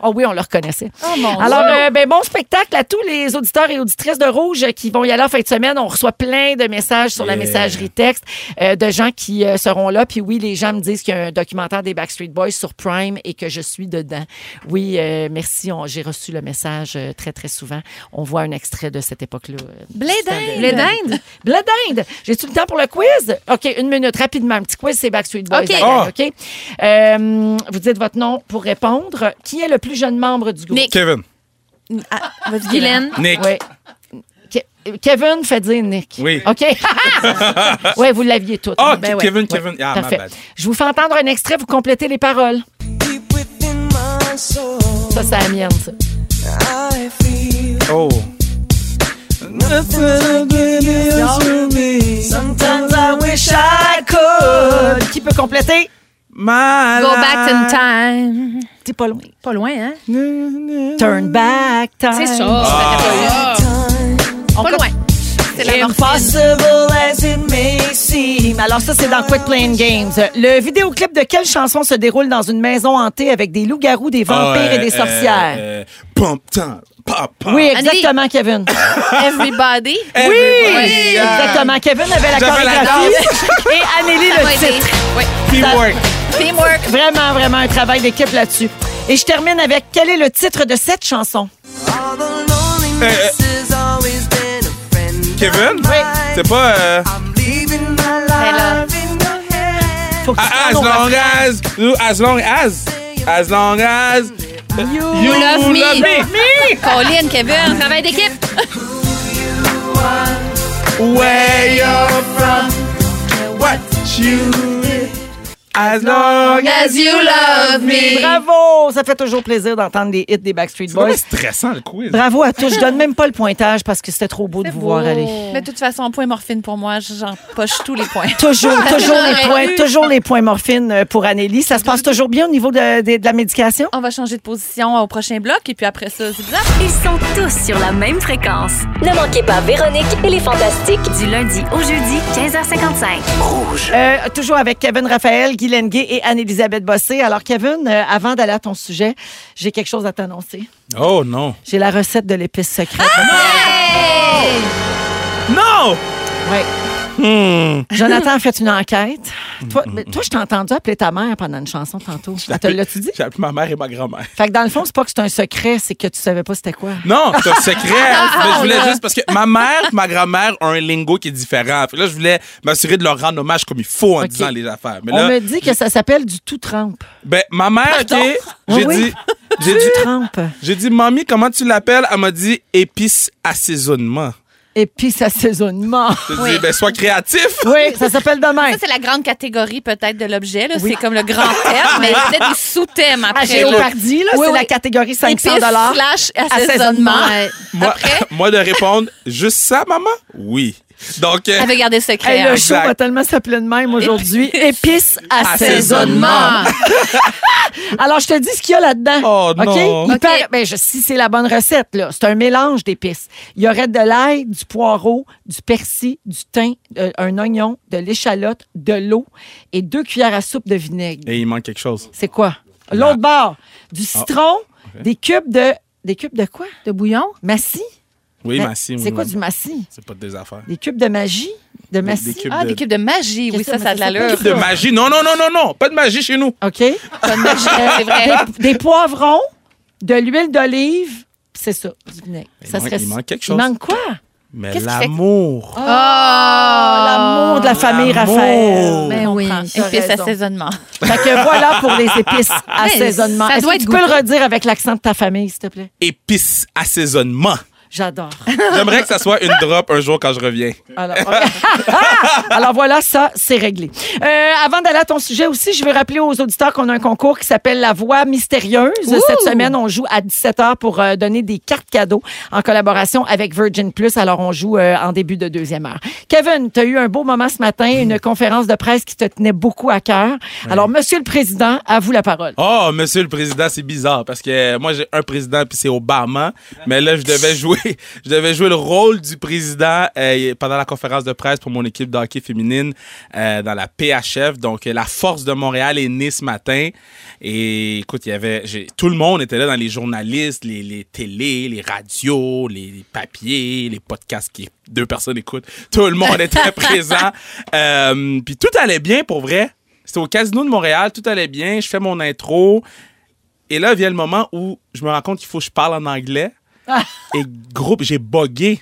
Speaker 1: Ah oui, on le reconnaissait.
Speaker 3: Oh mon Dieu!
Speaker 1: Alors, euh, ben, bon spectacle à tous les auditeurs et auditrices de Rouge qui vont y aller en fin de semaine. On reçoit plein de messages sur la
Speaker 2: Yeah.
Speaker 1: messagerie texte euh, de gens qui euh, seront là. Puis oui, les gens me disent qu'il y a un documentaire des Backstreet Boys sur Prime et que je suis dedans. souvent. Oui, euh, merci. on- J'ai reçu le message euh, très, très souvent. On voit un extrait de cette époque-là. euh,
Speaker 3: Blé d'Inde.
Speaker 4: Blé d'Inde.
Speaker 1: Blé d'Inde. J'ai-tu le temps pour le quiz? OK, une minute, rapidement. Un petit quiz, c'est Backstreet Boys.
Speaker 3: OK.
Speaker 1: la
Speaker 2: Ah!
Speaker 1: gang, OK? Euh, vous dites votre nom pour répondre. Qui est le plus jeune membre du groupe?
Speaker 3: Nick.
Speaker 2: Kevin.
Speaker 1: Ah,
Speaker 4: Guylaine.
Speaker 2: Nick.
Speaker 1: Ouais. Ke- Kevin fait dire Nick.
Speaker 2: Oui.
Speaker 1: OK. oui, vous l'aviez tout.
Speaker 2: Ah,
Speaker 4: Ben ouais.
Speaker 2: Kevin, Kevin. Ah, ma
Speaker 1: Parfait.
Speaker 2: bad.
Speaker 1: Je vous fais entendre un extrait, vous complétez les paroles. Ça, c'est la mienne, ça.
Speaker 2: Oh.
Speaker 1: Qui peut compléter?
Speaker 2: My
Speaker 4: Go back in
Speaker 2: life.
Speaker 4: time.
Speaker 1: T'es pas loin.
Speaker 4: Pas loin, hein?
Speaker 1: Turn back time.
Speaker 4: C'est ça.
Speaker 2: Ah.
Speaker 4: c'est ça.
Speaker 1: On
Speaker 4: Pas
Speaker 1: co-
Speaker 4: loin.
Speaker 3: C'est la morphine.
Speaker 1: Alors ça, c'est dans Quit Playing Games. Le vidéoclip de quelle chanson se déroule dans une maison hantée avec des loups-garous, des vampires
Speaker 2: Ah,
Speaker 1: et des
Speaker 2: euh,
Speaker 1: sorcières?
Speaker 2: euh, euh, Pump time. Pop, pop.
Speaker 1: oui, exactement, Kevin.
Speaker 3: Everybody.
Speaker 1: Oui,
Speaker 2: Everybody, yeah.
Speaker 1: exactement. Kevin avait la
Speaker 2: J'avais la
Speaker 1: chorégraphie et Amélie
Speaker 3: Ça va
Speaker 1: le
Speaker 3: aider.
Speaker 1: titre.
Speaker 3: Oui.
Speaker 2: Teamwork.
Speaker 3: Teamwork.
Speaker 1: Vraiment, vraiment un travail d'équipe là-dessus. Et je termine avec quel est le titre de cette chanson?
Speaker 2: Kevin?
Speaker 1: Oui.
Speaker 2: C'est pas. euh,
Speaker 1: Faut que tu prennes
Speaker 2: Ah, As
Speaker 1: au
Speaker 2: long
Speaker 1: refrain.
Speaker 2: as, you- as long as, as long as you,
Speaker 3: love me.
Speaker 1: Mais-
Speaker 3: Colin, Kevin, travail d'équipe.
Speaker 2: where you're from, what you, as long as.
Speaker 3: As you love me.
Speaker 1: Bravo! Ça fait toujours plaisir d'entendre les hits des Backstreet
Speaker 2: C'est vraiment
Speaker 1: Boys.
Speaker 2: stressant le quiz.
Speaker 1: Bravo à tous. Je donne même pas le pointage parce que c'était trop beau de vous voir aller.
Speaker 3: Mais de toute façon, point morphine pour moi, j'en poche tous les points.
Speaker 1: Toujours,
Speaker 3: Ah,
Speaker 1: toujours les
Speaker 3: J'aurais
Speaker 1: points,
Speaker 3: eu.
Speaker 1: toujours les points morphine euh, pour Anélie. Ça se passe toujours bien au niveau de, de- de la médication?
Speaker 3: On va changer de position au prochain bloc et puis après ça, c'est bizarre.
Speaker 6: Ils sont tous sur la même fréquence.
Speaker 7: Ne manquez pas Véronique et les Fantastiques.
Speaker 6: Du lundi au jeudi, 15h55.
Speaker 1: Euh, toujours avec Kevin Raphaël, Guy Lenguet et Anne-Elisabeth Bossé. Alors, Kevin, euh, avant d'aller à ton sujet, j'ai quelque chose à t'annoncer.
Speaker 2: Oh non.
Speaker 1: J'ai la recette de l'épice secrète.
Speaker 3: Ah!
Speaker 2: Non!
Speaker 1: Ouais.
Speaker 2: Hmm.
Speaker 1: Jonathan a fait une enquête. Toi, mais toi je t'ai entendu appeler ta mère pendant une chanson tantôt. Elle te l'as-tu dit?
Speaker 2: J'ai hmm. appelé ma mère et ma grand-mère.
Speaker 1: Fait que dans le fond, c'est pas que c'est un secret, c'est que tu savais pas c'était quoi.
Speaker 2: Non, c'est un secret. mais je
Speaker 1: Ah.
Speaker 2: voulais juste parce que ma mère et ma grand-mère ont un lingo qui est différent. Fait que là, je voulais m'assurer de leur rendre hommage comme il faut en
Speaker 1: Ok.
Speaker 2: disant les affaires. Mais
Speaker 1: On
Speaker 2: là,
Speaker 1: me dit que ça s'appelle du tout trempe.
Speaker 2: ben, ma mère, OK, j'ai
Speaker 1: Oui, oui.
Speaker 2: dit, j'ai
Speaker 1: Du
Speaker 2: dit,
Speaker 1: trempe.
Speaker 2: J'ai dit, mamie, comment tu l'appelles? Elle m'a dit épice assaisonnement.
Speaker 1: Et puis ça saisonnement.
Speaker 2: J'ai dit, ben, sois créatif.
Speaker 1: Oui, ça s'appelle demain.
Speaker 3: Ça, c'est la grande catégorie peut-être de l'objet. là.
Speaker 1: Oui.
Speaker 3: C'est comme le grand thème, mais peut-être des sous-thèmes
Speaker 1: À
Speaker 3: après. là.
Speaker 1: Géopardie, là,
Speaker 3: Oui,
Speaker 1: c'est
Speaker 3: oui.
Speaker 1: la catégorie 500
Speaker 3: Épices slash assaisonnement.
Speaker 1: Assaisonnement.
Speaker 2: Moi,
Speaker 3: Après?
Speaker 2: moi de répondre, juste ça, maman? Oui. Donc, euh,
Speaker 3: Avec garder secret.
Speaker 1: Hey, le
Speaker 3: hein.
Speaker 1: show
Speaker 2: Exact.
Speaker 1: va tellement s'appeler de même aujourd'hui. Épices assaisonnement.
Speaker 3: Assaisonnement.
Speaker 1: Alors, je te dis ce qu'il y a là-dedans.
Speaker 2: Oh,
Speaker 1: OK?
Speaker 2: non.
Speaker 1: Il
Speaker 3: OK.
Speaker 1: paraît- ben, je- si c'est la bonne recette, là, c'est un mélange d'épices. Il y aurait de l'ail, du poireau, du persil, du thym, euh, un oignon, de l'échalote, de l'eau et deux cuillères à soupe de vinaigre.
Speaker 2: et il manque quelque chose.
Speaker 1: C'est quoi? L'autre bord, du
Speaker 2: Ah.
Speaker 1: citron, des cubes de. Des cubes de quoi?
Speaker 4: De bouillon.
Speaker 1: Massis?
Speaker 2: Oui,
Speaker 1: Ma-
Speaker 2: Massi.
Speaker 1: C'est
Speaker 2: oui,
Speaker 1: quoi
Speaker 2: oui.
Speaker 1: du massis?
Speaker 2: C'est pas des affaires.
Speaker 1: Des cubes de magie? De massis?
Speaker 2: cubes
Speaker 3: Ah,
Speaker 2: de-
Speaker 3: des cubes de magie. Oui,
Speaker 1: Qu'est-ce
Speaker 3: ça,
Speaker 1: que
Speaker 3: ça a de
Speaker 1: ça
Speaker 3: l'allure.
Speaker 2: De magie. Non, non, non, non, non. Pas de magie chez nous.
Speaker 1: OK?
Speaker 3: C'est vrai.
Speaker 1: Des- des poivrons, de l'huile d'olive, pis c'est ça, du vinaigre.
Speaker 2: Il
Speaker 1: Ça
Speaker 2: manque-
Speaker 1: serait
Speaker 2: il manque quelque
Speaker 1: Il
Speaker 2: chose.
Speaker 1: manque quoi?
Speaker 2: Mais
Speaker 3: Qu'est-ce qui fait-
Speaker 2: l'amour.
Speaker 1: Oh, l'amour de la famille
Speaker 2: L'amour.
Speaker 1: Raphaël.
Speaker 4: Ben oui.
Speaker 1: T'as
Speaker 3: Épices
Speaker 1: raison.
Speaker 3: assaisonnement.
Speaker 1: Fait que voilà pour les épices assaisonnement.
Speaker 4: ça
Speaker 1: Est-ce
Speaker 4: doit
Speaker 1: que tu
Speaker 4: être
Speaker 1: peux le
Speaker 4: goûteux.
Speaker 1: redire avec l'accent de ta famille, s'il te plaît?
Speaker 2: Épice assaisonnement.
Speaker 1: J'adore.
Speaker 2: J'aimerais que ça soit une drop un jour quand je reviens.
Speaker 1: Alors, Alors voilà, ça, c'est réglé. Euh, avant d'aller à ton sujet aussi, je veux rappeler aux auditeurs qu'on a un concours qui s'appelle La Voix mystérieuse. Cette semaine, on joue à 17h pour euh, donner des cartes cadeaux en collaboration avec Virgin Plus. Alors, on joue euh, en début de deuxième heure. Kevin, tu as eu un beau moment ce matin, une conférence de presse qui te tenait beaucoup à cœur. Alors, Monsieur le Président, à vous la parole.
Speaker 2: Oh, monsieur le président, c'est bizarre parce que moi j'ai un président puis c'est Obama, mais là je devais jouer je devais jouer le rôle du président euh, pendant la conférence de presse pour mon équipe de hockey féminine euh, dans la PHF. Donc euh, la force de Montréal est née ce matin et écoute, il y avait j'ai- tout le monde était là dans les journalistes, les, les télés, les radios, les, les papiers, les podcasts qui deux personnes écoutent. Tout le monde était présent. Euh, puis tout allait bien pour vrai. C'était au Casino de Montréal, tout allait bien. Je fais mon intro. Et là vient le moment où je me rends compte qu'il faut que je parle en anglais. et groupe, j'ai buggé.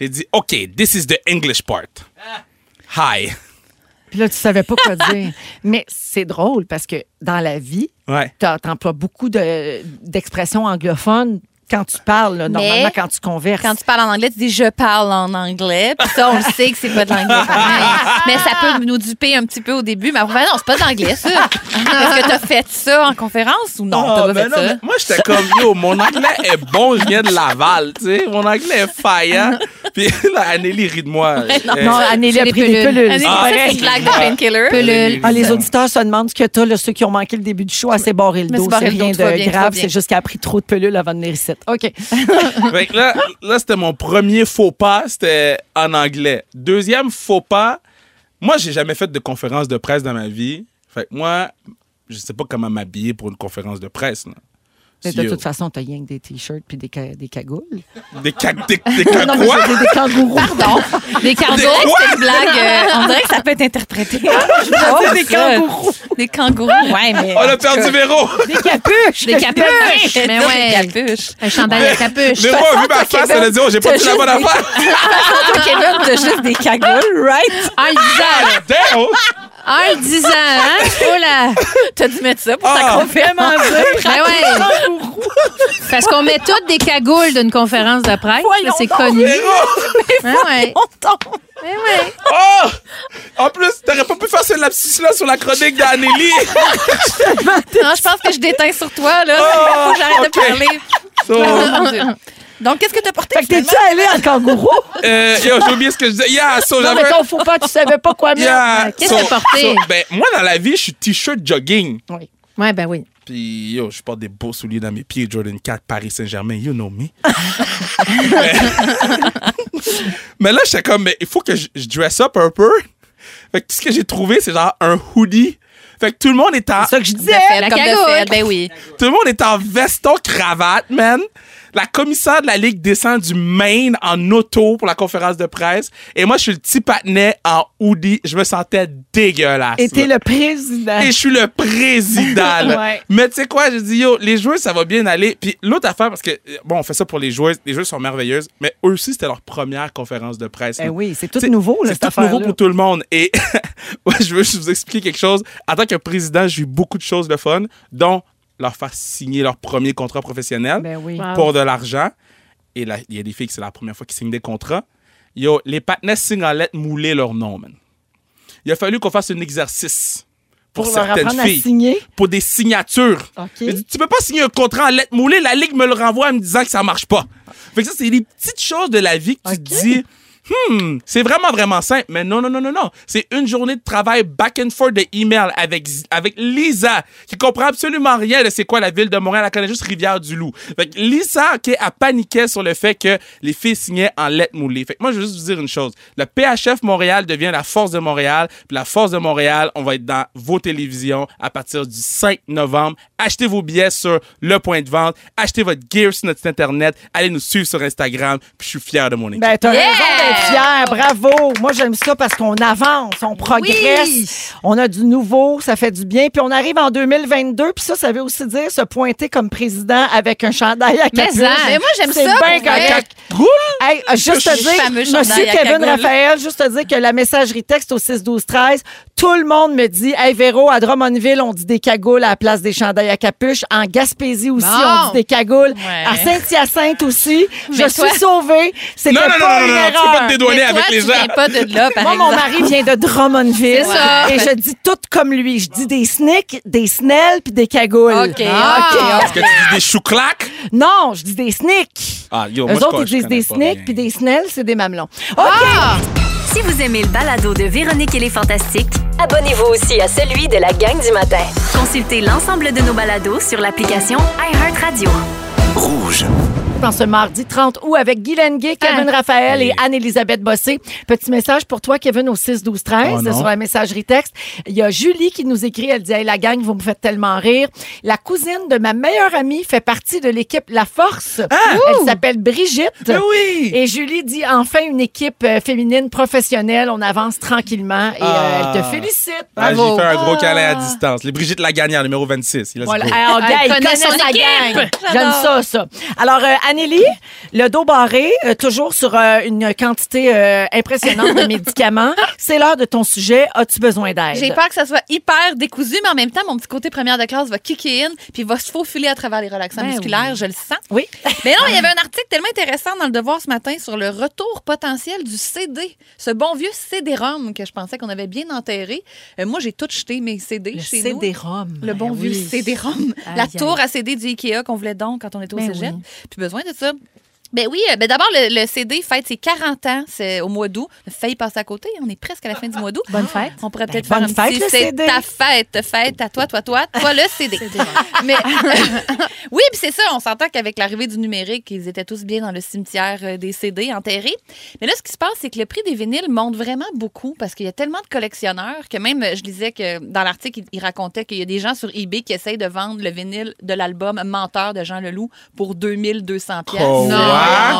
Speaker 2: J'ai dit, OK, this is the English part. Hi.
Speaker 1: Puis là, tu savais pas quoi dire. Mais c'est drôle parce que dans la vie,
Speaker 2: Ouais.
Speaker 1: t'as- t'emploies beaucoup de- d'expressions anglophones quand tu parles, là, normalement, quand tu converses.
Speaker 8: Quand tu parles en anglais, tu dis je parle en anglais. Puis ça, on le sait que c'est pas de l'anglais. pareil. mais ça peut nous duper un petit peu au début. Mais après, non, c'est pas de l'anglais, ça. Est-ce que t'as fait ça en conférence ou non?
Speaker 2: Ah,
Speaker 8: t'as pas
Speaker 2: ben
Speaker 8: fait
Speaker 2: non,
Speaker 8: ça?
Speaker 2: mais moi, j'étais comme, yo, mon anglais est bon, je viens de Laval, tu sais. Mon anglais est faillant. Puis là, Anneli rit de moi. Euh,
Speaker 1: Non, Anneli a
Speaker 8: J'ai
Speaker 1: pris
Speaker 8: des
Speaker 1: des
Speaker 8: pelules.
Speaker 1: pelules.
Speaker 8: Anneli,
Speaker 1: c'est
Speaker 2: Ah,
Speaker 8: ça,
Speaker 1: pareil.
Speaker 8: c'est une blague de painkiller.
Speaker 2: Anneli rit de
Speaker 1: Ah, les
Speaker 2: moi.
Speaker 1: auditeurs se demandent ce que t'as, là, ceux qui ont manqué le début du show, à s'est barré le
Speaker 8: Mais
Speaker 1: dos.
Speaker 8: c'est
Speaker 1: C'est
Speaker 8: barré le
Speaker 1: rien
Speaker 8: dos, tout va bien,
Speaker 1: de
Speaker 8: tout va
Speaker 1: grave,
Speaker 8: bien.
Speaker 1: c'est juste qu'elle a pris trop de pelules avant de venir ici. OK.
Speaker 2: Fait que là, là c'était mon premier faux pas, c'était en anglais. Deuxième faux pas, moi, j'ai jamais fait de conférence de presse dans ma vie. Fait que moi, je sais pas comment m'habiller pour une conférence de presse. là.
Speaker 1: Mais
Speaker 2: Si,
Speaker 1: de
Speaker 2: yo,
Speaker 1: toute façon, t'as rien que des t-shirts puis des, ca- des cagoules.
Speaker 2: Des cac- des- des cac-
Speaker 1: Non, mais
Speaker 2: quoi?
Speaker 1: j'ai des- des kangourous.
Speaker 8: Pardon. Des
Speaker 2: Des
Speaker 8: kangourous,
Speaker 2: quoi? Ah,
Speaker 8: c'est une blague. euh, on dirait que ça peut être interprété.
Speaker 1: des kangourous.
Speaker 8: Des kangourous, ouais, mais.
Speaker 2: On a perdu Véro!
Speaker 1: Des capuches.
Speaker 8: Des capuches.
Speaker 4: Mais
Speaker 8: Des
Speaker 4: ouais.
Speaker 8: capuches.
Speaker 4: Un chandail à capuche.
Speaker 2: Véro a vu ma face, elle a dit, oh, j'ai pas
Speaker 8: t'as
Speaker 2: pris la
Speaker 8: juste
Speaker 2: bonne
Speaker 8: des-
Speaker 2: affaire!
Speaker 3: Ah,
Speaker 8: Au Québec, t'as juste des cagoules, right?
Speaker 4: En le disant, là.
Speaker 2: Damn! oh.
Speaker 8: Ah,
Speaker 4: En le disant, hein? Oh là!
Speaker 8: T'as dû mettre ça pour ta
Speaker 2: Ah.
Speaker 8: conférence.
Speaker 4: Ben ouais! Parce qu'on met toutes des cagoules d'une conférence de presse. là, C'est connu. Ben ouais. Ben ouais.
Speaker 2: Oh! En plus, t'aurais pas pu faire ce lapsus-là sur la chronique d'Anneli!
Speaker 8: Non, je pense que je déteins sur toi, là. Faut que j'arrête
Speaker 2: ok. Oh, So,
Speaker 8: de parler.
Speaker 3: Oh,
Speaker 8: Mon Dieu. Donc, qu'est-ce que t'as porté?
Speaker 1: Fait que
Speaker 8: finalement?
Speaker 1: t'es-tu allé en kangourou?
Speaker 2: euh, yo, j'ai oublié ce que je disais. Yeah, so
Speaker 1: Non,
Speaker 2: j'avais...
Speaker 1: mais ton faux pas, tu savais pas quoi mettre.
Speaker 2: Yeah,
Speaker 4: Qu'est-ce que t'as porté?
Speaker 2: ben, moi, dans la vie, je suis t-shirt jogging.
Speaker 4: Ouais, ben oui.
Speaker 2: Puis, yo, je porte des beaux souliers dans mes pieds. Jordan 4, Paris Saint-Germain, you know me. mais là, j'étais comme, mais il faut que je, je dress up un peu. Fait que tout ce que j'ai trouvé, c'est genre un hoodie. Fait que tout le monde est en,
Speaker 1: C'est ça que je disais.
Speaker 8: Fait,
Speaker 4: La
Speaker 8: comme de
Speaker 4: cagoule.
Speaker 8: fait, ben oui.
Speaker 2: tout le monde est en veston cravate, man. La commissaire de la Ligue descend du Maine en auto pour la conférence de presse. Et moi, je suis le petit patinet en hoodie. Je me sentais dégueulasse.
Speaker 1: Et t'es
Speaker 2: là.
Speaker 1: le président.
Speaker 2: Et je suis le président. là.
Speaker 1: Ouais.
Speaker 2: Mais tu sais quoi, j'ai dit, yo, les joueuses, ça va bien aller. Puis l'autre affaire, parce que, euh, bon, on fait ça pour les joueuses, les joueuses sont merveilleuses, mais eux aussi, c'était leur première conférence de presse.
Speaker 1: Ben
Speaker 2: là.
Speaker 1: oui, c'est tout
Speaker 2: T'sais,
Speaker 1: nouveau, là,
Speaker 2: C'est
Speaker 1: cette
Speaker 2: tout nouveau
Speaker 1: affaire-là.
Speaker 2: pour tout le monde. Et ouais, je veux juste vous expliquer quelque chose. En tant que président, j'ai eu beaucoup de choses de fun, dont leur faire signer leur premier contrat professionnel
Speaker 1: Ben oui.
Speaker 4: Wow.
Speaker 2: pour de l'argent. Et là, il y a des filles que c'est la première fois qu'ils signent des contrats. Yo, les partenaires signent en lettres moulées leur nom, man. Il a fallu qu'on fasse un exercice pour,
Speaker 1: Pour leur
Speaker 2: certaines
Speaker 1: apprendre à
Speaker 2: filles,
Speaker 1: signer.
Speaker 2: pour des signatures.
Speaker 1: OK.
Speaker 2: J'ai dit, tu peux pas signer un contrat en lettres moulées, la Ligue me le renvoie en me disant que ça marche pas. Fait que ça, c'est des petites choses de la vie que tu te dis, hmm, c'est vraiment, vraiment simple. Mais non, non, non, non, non. C'est une journée de travail back and forth de email avec, avec Lisa, qui comprend absolument rien de c'est quoi la ville de Montréal. Elle connaît juste Rivière-du-Loup. Fait que Lisa, OK, elle paniquait sur le fait que les filles signaient en lettres moulées. Fait que moi, je veux juste vous dire une chose. Le PHF Montréal devient la force de Montréal. Puis la force de Montréal, on va être dans vos télévisions à partir du 5 novembre. Achetez vos billets sur le point de vente. Achetez votre gear sur notre site Internet. Allez nous suivre sur Instagram. Puis je suis fier de mon équipe.
Speaker 1: Ben, t'as raison d'être fier. Bravo. Moi, j'aime ça parce qu'on avance, on progresse, on a du nouveau, ça fait du bien. Puis on arrive en 2022, puis ça, ça veut aussi dire se pointer comme président avec un chandail à
Speaker 4: Mais
Speaker 1: capuche.
Speaker 4: ça.
Speaker 8: Mais moi, j'aime
Speaker 1: C'est
Speaker 8: ça.
Speaker 1: bien
Speaker 8: pour vrai.
Speaker 1: correct. Hey, euh, juste te
Speaker 8: Le fameux
Speaker 1: dire,
Speaker 8: chandail
Speaker 1: Monsieur
Speaker 8: à
Speaker 1: Kevin
Speaker 8: cagoule.
Speaker 1: Raphaël, juste te dire que la messagerie texte au 6-12-13, tout le monde me dit, hey Véro, à Drummondville, on dit des cagoules à la place des chandails à capuche. En Gaspésie aussi, on dit des cagoules. À Saint-Hyacinthe aussi. Je
Speaker 8: toi-
Speaker 1: suis sauvée. C'était
Speaker 2: Non, non, non,
Speaker 1: pas
Speaker 2: non,
Speaker 1: une
Speaker 2: non, non, tu peux
Speaker 1: erreur.
Speaker 2: pas te dédouaner
Speaker 8: Mais toi,
Speaker 2: avec les
Speaker 8: tu
Speaker 2: gens.
Speaker 8: viens pas de là, par
Speaker 1: Moi, mon
Speaker 8: exemple.
Speaker 1: mari vient de Drummondville.
Speaker 8: C'est ça.
Speaker 1: Et je dis tout comme lui. Je dis des snicks, des snells puis des cagoules. Ah,
Speaker 8: OK,
Speaker 3: Ah,
Speaker 2: Est-ce que tu dis des chouclacs?
Speaker 1: Non, je dis des snicks.
Speaker 2: Ah, yo, moi,
Speaker 1: Eux
Speaker 2: je
Speaker 1: autres,
Speaker 2: crois-
Speaker 1: ils
Speaker 2: je
Speaker 1: disent
Speaker 2: connais
Speaker 1: des
Speaker 2: pas
Speaker 1: snicks
Speaker 2: bien.
Speaker 1: puis des snells, c'est des mamelons. OK.
Speaker 6: Si vous aimez le balado de Véronique et les Fantastiques,
Speaker 7: Abonnez-vous aussi à celui de la gang du matin.
Speaker 6: consultez l'ensemble de nos balados sur l'application iHeartRadio.
Speaker 1: dans ce mardi 30 août avec Guy Lenguet,
Speaker 2: Hein?
Speaker 1: Kevin Raphaël et Anne-Élisabeth Bossé. Petit message pour toi, Kevin, au 6 12 13
Speaker 2: Oh non.
Speaker 1: sur la messagerie texte. Il y a Julie qui nous écrit, elle dit Hey, la gang, vous me faites tellement rire. La cousine de ma meilleure amie fait partie de l'équipe La Force. Elle s'appelle Brigitte.
Speaker 2: Ah! Mais oui!
Speaker 1: Et Julie dit enfin une équipe euh, féminine professionnelle, on avance tranquillement et euh,
Speaker 2: Ah.
Speaker 1: elle te félicite.
Speaker 2: Ah, J'ai
Speaker 1: Bravo. Ah.
Speaker 2: fait un gros câlin à distance. Les Brigitte Lagagnère, numéro 26. Let's
Speaker 1: Voilà.
Speaker 2: go.
Speaker 1: Alors, oh, gars,
Speaker 3: Elle
Speaker 1: il
Speaker 3: connaît
Speaker 1: connaît
Speaker 3: son
Speaker 1: sa
Speaker 3: équipe.
Speaker 1: gang. J'aime ça, ça. Alors, euh, Anneli, le dos barré, euh, toujours sur euh, une quantité euh, impressionnante de médicaments. C'est l'heure de ton sujet. As-tu besoin d'aide?
Speaker 3: J'ai peur que ça soit hyper décousu, mais en même temps, mon petit côté première de classe va kicker in puis va se faufiler à travers les relaxants
Speaker 4: Ben
Speaker 3: musculaires, je le sens.
Speaker 1: Oui.
Speaker 3: Mais non,
Speaker 4: Hein?
Speaker 3: il y avait un article tellement intéressant dans le Devoir ce matin sur le retour potentiel du CD. Ce bon vieux CD-ROM que je pensais qu'on avait bien enterré. Euh, moi, j'ai tout jeté mes CD chez nous.
Speaker 1: CD-ROM.
Speaker 3: Le bon
Speaker 4: Ben
Speaker 3: vieux
Speaker 4: oui.
Speaker 3: CD-ROM.
Speaker 4: Aïe,
Speaker 3: La
Speaker 4: aïe.
Speaker 3: tour à CD du Ikea qu'on voulait donc quand on était au
Speaker 4: Ben
Speaker 3: cégep.
Speaker 4: oui.
Speaker 3: Plus besoin de ça. Ben oui, euh, ben d'abord, le, le CD fête ses 40 ans c'est au mois d'août. On a failli passer à côté. On est presque à la fin du mois d'août.
Speaker 4: Bonne fête.
Speaker 3: On pourrait peut-être
Speaker 1: bonne
Speaker 3: faire un
Speaker 1: fête,
Speaker 3: petit
Speaker 1: le
Speaker 3: c'est
Speaker 1: CD.
Speaker 3: ta fête, fête à toi, toi, toi, toi le CD. Mais oui, puis c'est ça, on s'entend qu'avec l'arrivée du numérique, ils étaient tous bien dans le cimetière euh, des CD enterrés. Mais là, ce qui se passe, c'est que le prix des vinyles monte vraiment beaucoup parce qu'il y a tellement de collectionneurs que même, euh, je disais que dans l'article, il, il racontait qu'il y a des gens sur eBay qui essayent de vendre le vinyle de l'album Menteur de Jean Leloup pour 2200 pièces.
Speaker 2: Oh,